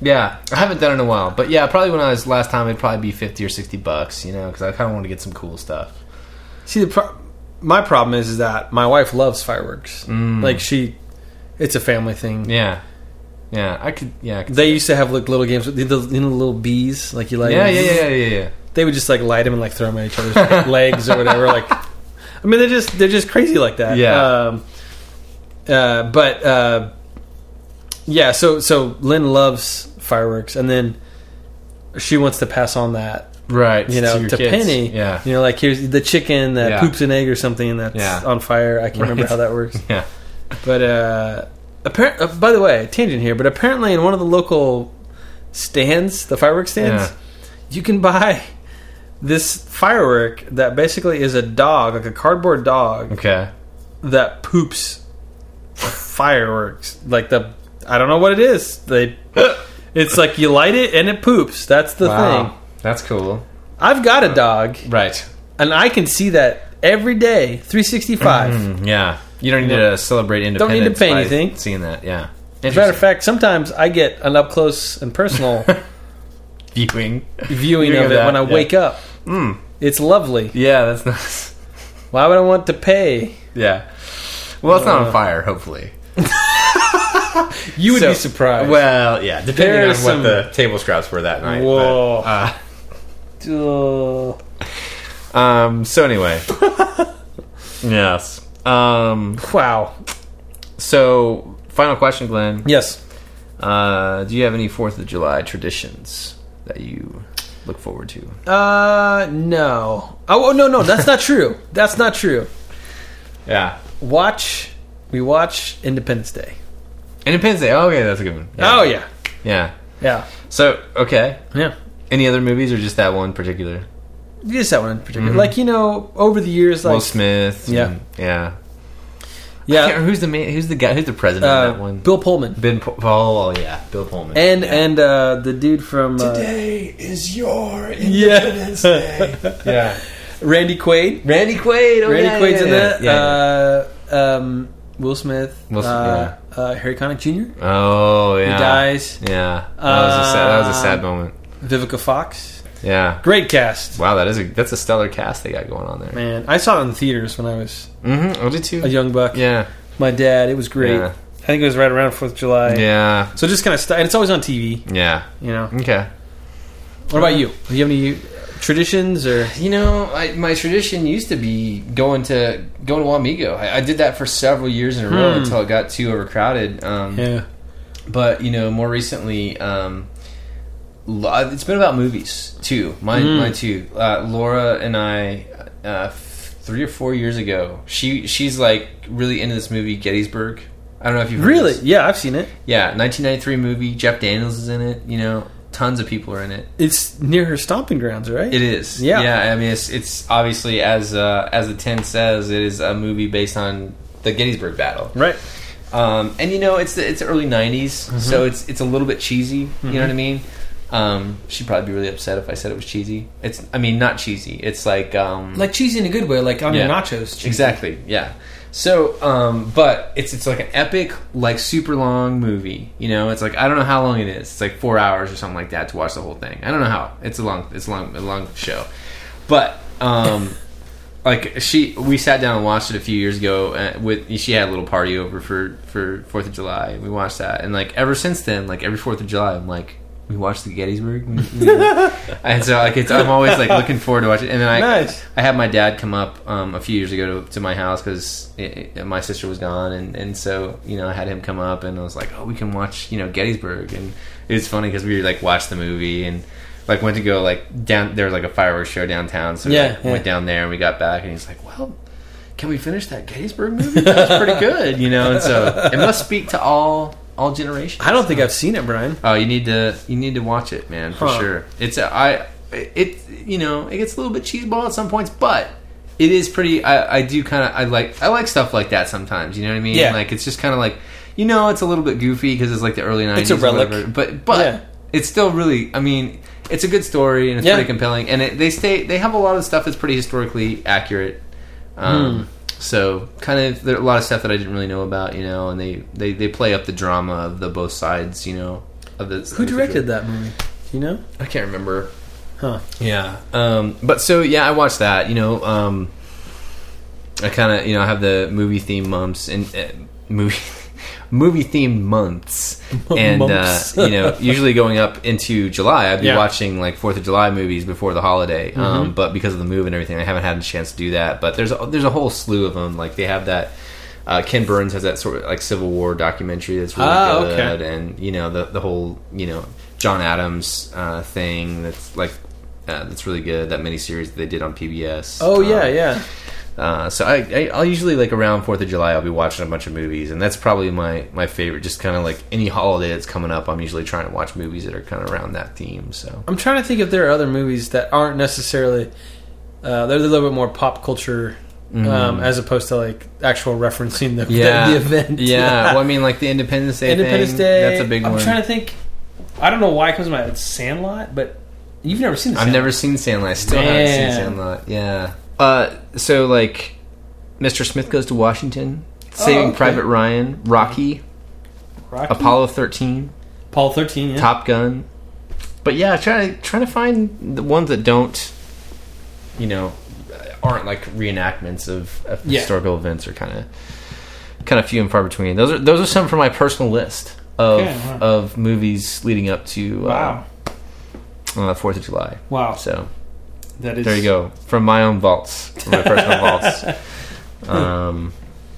A: Yeah, I haven't done it in a while, but yeah, probably when I was last time, it'd probably be fifty or sixty bucks, you know, because I kind of want to get some cool stuff.
B: See, the pro- my problem is, is that my wife loves fireworks. Like she, it's a family thing.
A: Yeah, yeah, I could, yeah, I could
B: They used to have like little games with the, the, you know, the little bees, like you like.
A: yeah, yeah, yeah, yeah, yeah, yeah.
B: They would just like light them and like throw them at each other's like, legs or whatever. Like, I mean, they're just they're just crazy like that.
A: Yeah.
B: Um, uh, but uh, yeah, so so Lynn loves fireworks, and then she wants to pass on that
A: right.
B: you know,
A: your
B: to
A: kids.
B: Penny.
A: Yeah.
B: You know, like here's the chicken that
A: Yeah.
B: poops an egg or something that's
A: Yeah.
B: on fire. I can't remember
A: Right.
B: how that works.
A: Yeah.
B: But uh, appar- uh, by the way, tangent here. But apparently, in one of the local stands, the fireworks stands,
A: Yeah.
B: you can buy this firework that basically is a dog, like a cardboard dog
A: Okay.
B: that poops fireworks. Like the I don't know what it is. They it's like you light it and it poops. That's the thing.
A: That's cool.
B: I've got a dog
A: Right.
B: and I can see that every day, 365.
A: Mm, Yeah. You don't need to celebrate
B: to
A: independence.
B: pay
A: by
B: anything.
A: Seeing that. Yeah.
B: As a matter of fact, sometimes I get an up close and personal
A: viewing.
B: viewing
A: Viewing
B: of
A: of
B: it
A: that,
B: when I
A: yeah.
B: wake up. It's lovely.
A: Yeah, that's nice.
B: Why would I want to pay?
A: Yeah. Well, it's
B: Uh,
A: not on fire. Hopefully.
B: You would
A: So-
B: be surprised.
A: Well, yeah. Depending
B: There
A: on
B: are
A: what
B: some-
A: the table scraps were that night. but,
B: Whoa.
A: uh,
B: Ugh.
A: Um, so anyway. yes. Um,
B: wow.
A: so final question, Glenn.
B: Yes.
A: Uh, do you have any Fourth of July traditions that you look forward to?
B: Uh, no. Oh, oh, no, no. That's not true. That's not true.
A: Yeah.
B: Watch. We watch Independence Day.
A: Independence Day. Oh, okay, that's a good one.
B: Oh, yeah.
A: Yeah.
B: Yeah.
A: So okay.
B: Yeah.
A: Any other movies or just that one in particular?
B: Just that one in particular. Like, you know, over the years, like.
A: Will Smith.
B: Yeah.
A: and- yeah. I can't
B: yeah.
A: remember who's the man, who's the guy who's the president of that
B: Uh,
A: one?
B: Bill Pullman.
A: Ben Paul. Oh yeah, Bill Pullman.
B: And and uh, the dude from uh,
I: Today is your
B: Independence
I: Day.
A: yeah,
B: Randy Quaid.
A: Randy Quaid. Oh,
B: Randy
A: yeah,
B: Quaid's in
A: yeah, yeah,
B: that.
A: yeah, yeah.
B: Uh, um, Will Smith.
A: Will Smith,
B: uh, uh, Harry Connick Jr.
A: oh yeah.
B: He dies.
A: Yeah, that was a sad, that was a sad
B: Uh,
A: moment.
B: Vivica Fox.
A: Yeah.
B: Great cast.
A: Wow, that is a that's a stellar cast they got going on there.
B: Man, I saw it in theaters when I was
A: Mm-hmm. I did
B: a
A: too.
B: young buck.
A: Yeah,
B: My dad. It was great.
A: Yeah.
B: I think it was right around Fourth of July.
A: yeah,
B: So just kind of, st- and it's always on TV.
A: yeah.
B: You know.
A: Okay.
B: What about you? Do you have any traditions or?
A: You know, I, my tradition used to be going to going to Wamigo. I, I did that for several years in a row until it got too overcrowded. Um,
B: Yeah.
A: but you know more recently um lo- uh, it's been about movies too mine
B: Mm.
A: mine too uh, laura and i uh, f- three or four years ago she she's like really into this movie gettysburg i don't know if you've heard of
B: Really?
A: this.
B: Yeah, I've seen it.
A: yeah 1993 movie jeff daniels is in it you know tons of people are in it
B: It's near her stomping grounds, right?
A: it is
B: Yeah.
A: yeah i mean it's it's obviously as uh, as the 10 says it is a movie based on the gettysburg battle
B: Right.
A: um, and you know, it's the, it's the early '90s, so it's it's a little bit cheesy. You know what I mean? Um, she'd probably be really upset if I said it was cheesy. It's I mean, not cheesy. It's like um,
B: Like cheesy in a good way, like on your
A: Yeah.
B: nachos. cheesy.
A: exactly, yeah. So, um, but it's it's like an epic, like super long movie. You know, it's like I don't know how long it is. It's like four hours or something like that to watch the whole thing. I don't know how. It's a long it's a long a long show, but um, like she we sat down and watched it a few years ago uh, with she had a little party over for for fourth of july and we watched that and like ever since then like every fourth of july i'm like we watched the gettysburg You know? and so like it's i'm always like looking forward to watching and then i
B: Nice.
A: i had my dad come up um, a few years ago to, to my house because my sister was gone and and so you know i had him come up and i was like oh we can watch you know gettysburg and it was funny because we like watched the movie and like went to go like down there was like a fireworks show downtown so we,
B: Yeah,
A: like,
B: yeah.
A: went down there and we got back and he's like well can we finish that Gettysburg movie? That was pretty good, you know. And so it must speak to all all generations.
B: I don't think I've seen it, Brian.
A: Oh, you need to you need to watch it, man, for
B: Huh.
A: sure. It's a, I it you know it gets a little bit cheeseball at some points, but it is pretty. I, I do kind of I like I like stuff like that sometimes. You know what I mean?
B: Yeah.
A: Like it's just kind of like you know it's a little bit goofy because it's like the early nineties.
B: a relic.
A: but but
B: Yeah.
A: it's still really. I mean. It's a good story and it's
B: Yeah.
A: pretty compelling, and it, they stay. They have a lot of stuff that's pretty historically accurate.
B: Hmm.
A: Um, So kind of there are a lot of stuff that I didn't really know about, you know, and they, they, they play up the drama of the both sides, you know, of the
B: Who directed that movie? Do you know?
A: I can't remember.
B: Huh.
A: Yeah. Um, but so yeah, I watched that. You know, um, I kind of you know I have the movie theme months and uh, movie movie themed months, and uh,
B: Months.
A: you know usually going up into July, I'd be
B: Yeah. Mm-hmm.
A: watching like Fourth of July movies before the holiday. Um, but because of the move and everything, I haven't had a chance to do that. But there's a, there's a whole slew of them. Like they have that. Uh, Ken Burns has that sort of like Civil War documentary that's really
B: Ah,
A: good,
B: okay.
A: and you know the the whole you know John Adams uh, thing that's like uh, that's really good. That miniseries that they did on PBS.
B: Oh yeah,
A: Um,
B: yeah.
A: Uh, so I, I I'll usually like around Fourth of July I'll be watching a bunch of movies and that's probably my my favorite. Just kind of like any holiday that's coming up, I'm usually trying to watch movies that are kind of around that theme. So
B: I'm trying to think if there are other movies that aren't necessarily uh, they're a little bit more pop culture
A: Mm-hmm.
B: um, as opposed to like actual referencing the, the- the, event.
A: yeah. Well, I mean, like the Independence Day.
B: Independence
A: thing,
B: Day.
A: That's a big
B: I'm
A: one.
B: I'm trying to think. I don't know why it comes to my head. Sandlot, but you've never seen. The
A: I've
B: Sandlot.
A: never seen Sandlot. I still haven't
B: Man.
A: seen Sandlot. Yeah. Uh, so like, Mr. Smith goes to Washington. Saving
B: Oh, okay.
A: Private Ryan, Rocky,
B: Rocky?
A: Apollo 13,
B: Apollo 13. Yeah.
A: Top Gun. But yeah, trying to trying to find the ones that don't, you know, aren't like reenactments of, of
B: Yeah.
A: historical events are kind of kind of few and far between. Those are those are some from my personal list of
B: Okay, wow.
A: of movies leading up to
B: Wow.
A: uh, uh, Fourth of July.
B: Wow.
A: So
B: That is.
A: there you go from my own vaults, from my personal vaults. Um,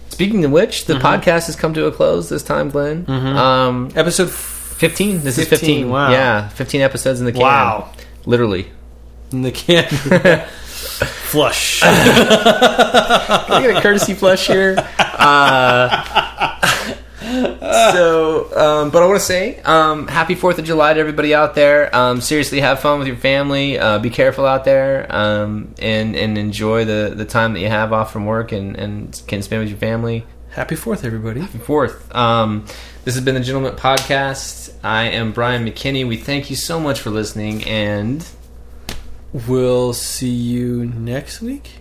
A: speaking of which, the
B: Mm-hmm.
A: podcast has come to a close this time, Glenn. Um,
B: Episode. F-
A: 15 this is
B: 15,
A: 15
B: Mm-hmm. wow.
A: yeah 15 episodes in the can
B: Wow.
A: literally
B: in the can. Flush.
A: i get a courtesy flush here uh, so um, but i want to say um, happy fourth of july to everybody out there um, seriously have fun with your family uh, be careful out there um, and and enjoy the the time that you have off from work and and can spend with your family
B: Happy Fourth, everybody.
A: and forth. Um, this has been the Gentleman Podcast. I am Brian McKinney. We thank you so much for listening, and
B: We'll see you next week.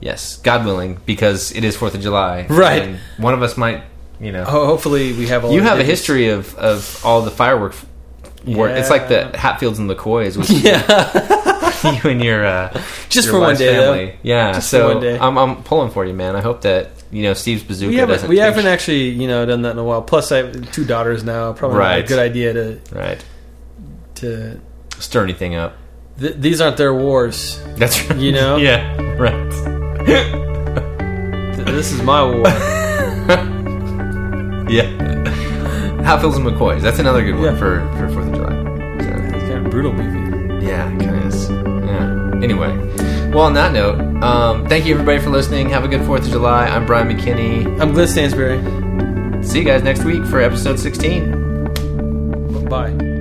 A: Yes, God willing, because it is Fourth of July.
B: Right.
A: And one of us might, you know.
B: Ho- Oh, hopefully, we have all.
A: you
B: the
A: have a
B: digits.
A: history of, of all the firework. Work. It's like the Hatfields and LaCoys with
B: Yeah.
A: you and your uh,
B: Just
A: your
B: for one
A: wife's
B: day, though.
A: Yeah,
B: Just for
A: so
B: one day.
A: I'm, I'm pulling for you, man. I hope that you know Steve's bazooka
B: We
A: doesn't.
B: haven't, we
A: take-
B: haven't actually, you know, done that in a while. Plus, I have two daughters now. Probably not
A: Right.
B: a good idea to
A: right
B: to.
A: stir anything up.
B: Th- these aren't their wars.
A: That's right.
B: You know?
A: yeah, right.
B: Th- This is my war.
A: Yeah, Hatfields and McCoys. That's another good one
B: Yeah.
A: for for Fourth of July. So.
B: It's kind of a brutal movie.
A: Yeah, it kind of is. Yeah. Anyway, well, on that note, um, thank you everybody for listening. Have a good 4th of July. I'm Brian McKinney.
B: I'm Glenn Stansbury.
A: See you guys next week for episode 16.
B: Bye.
A: Um,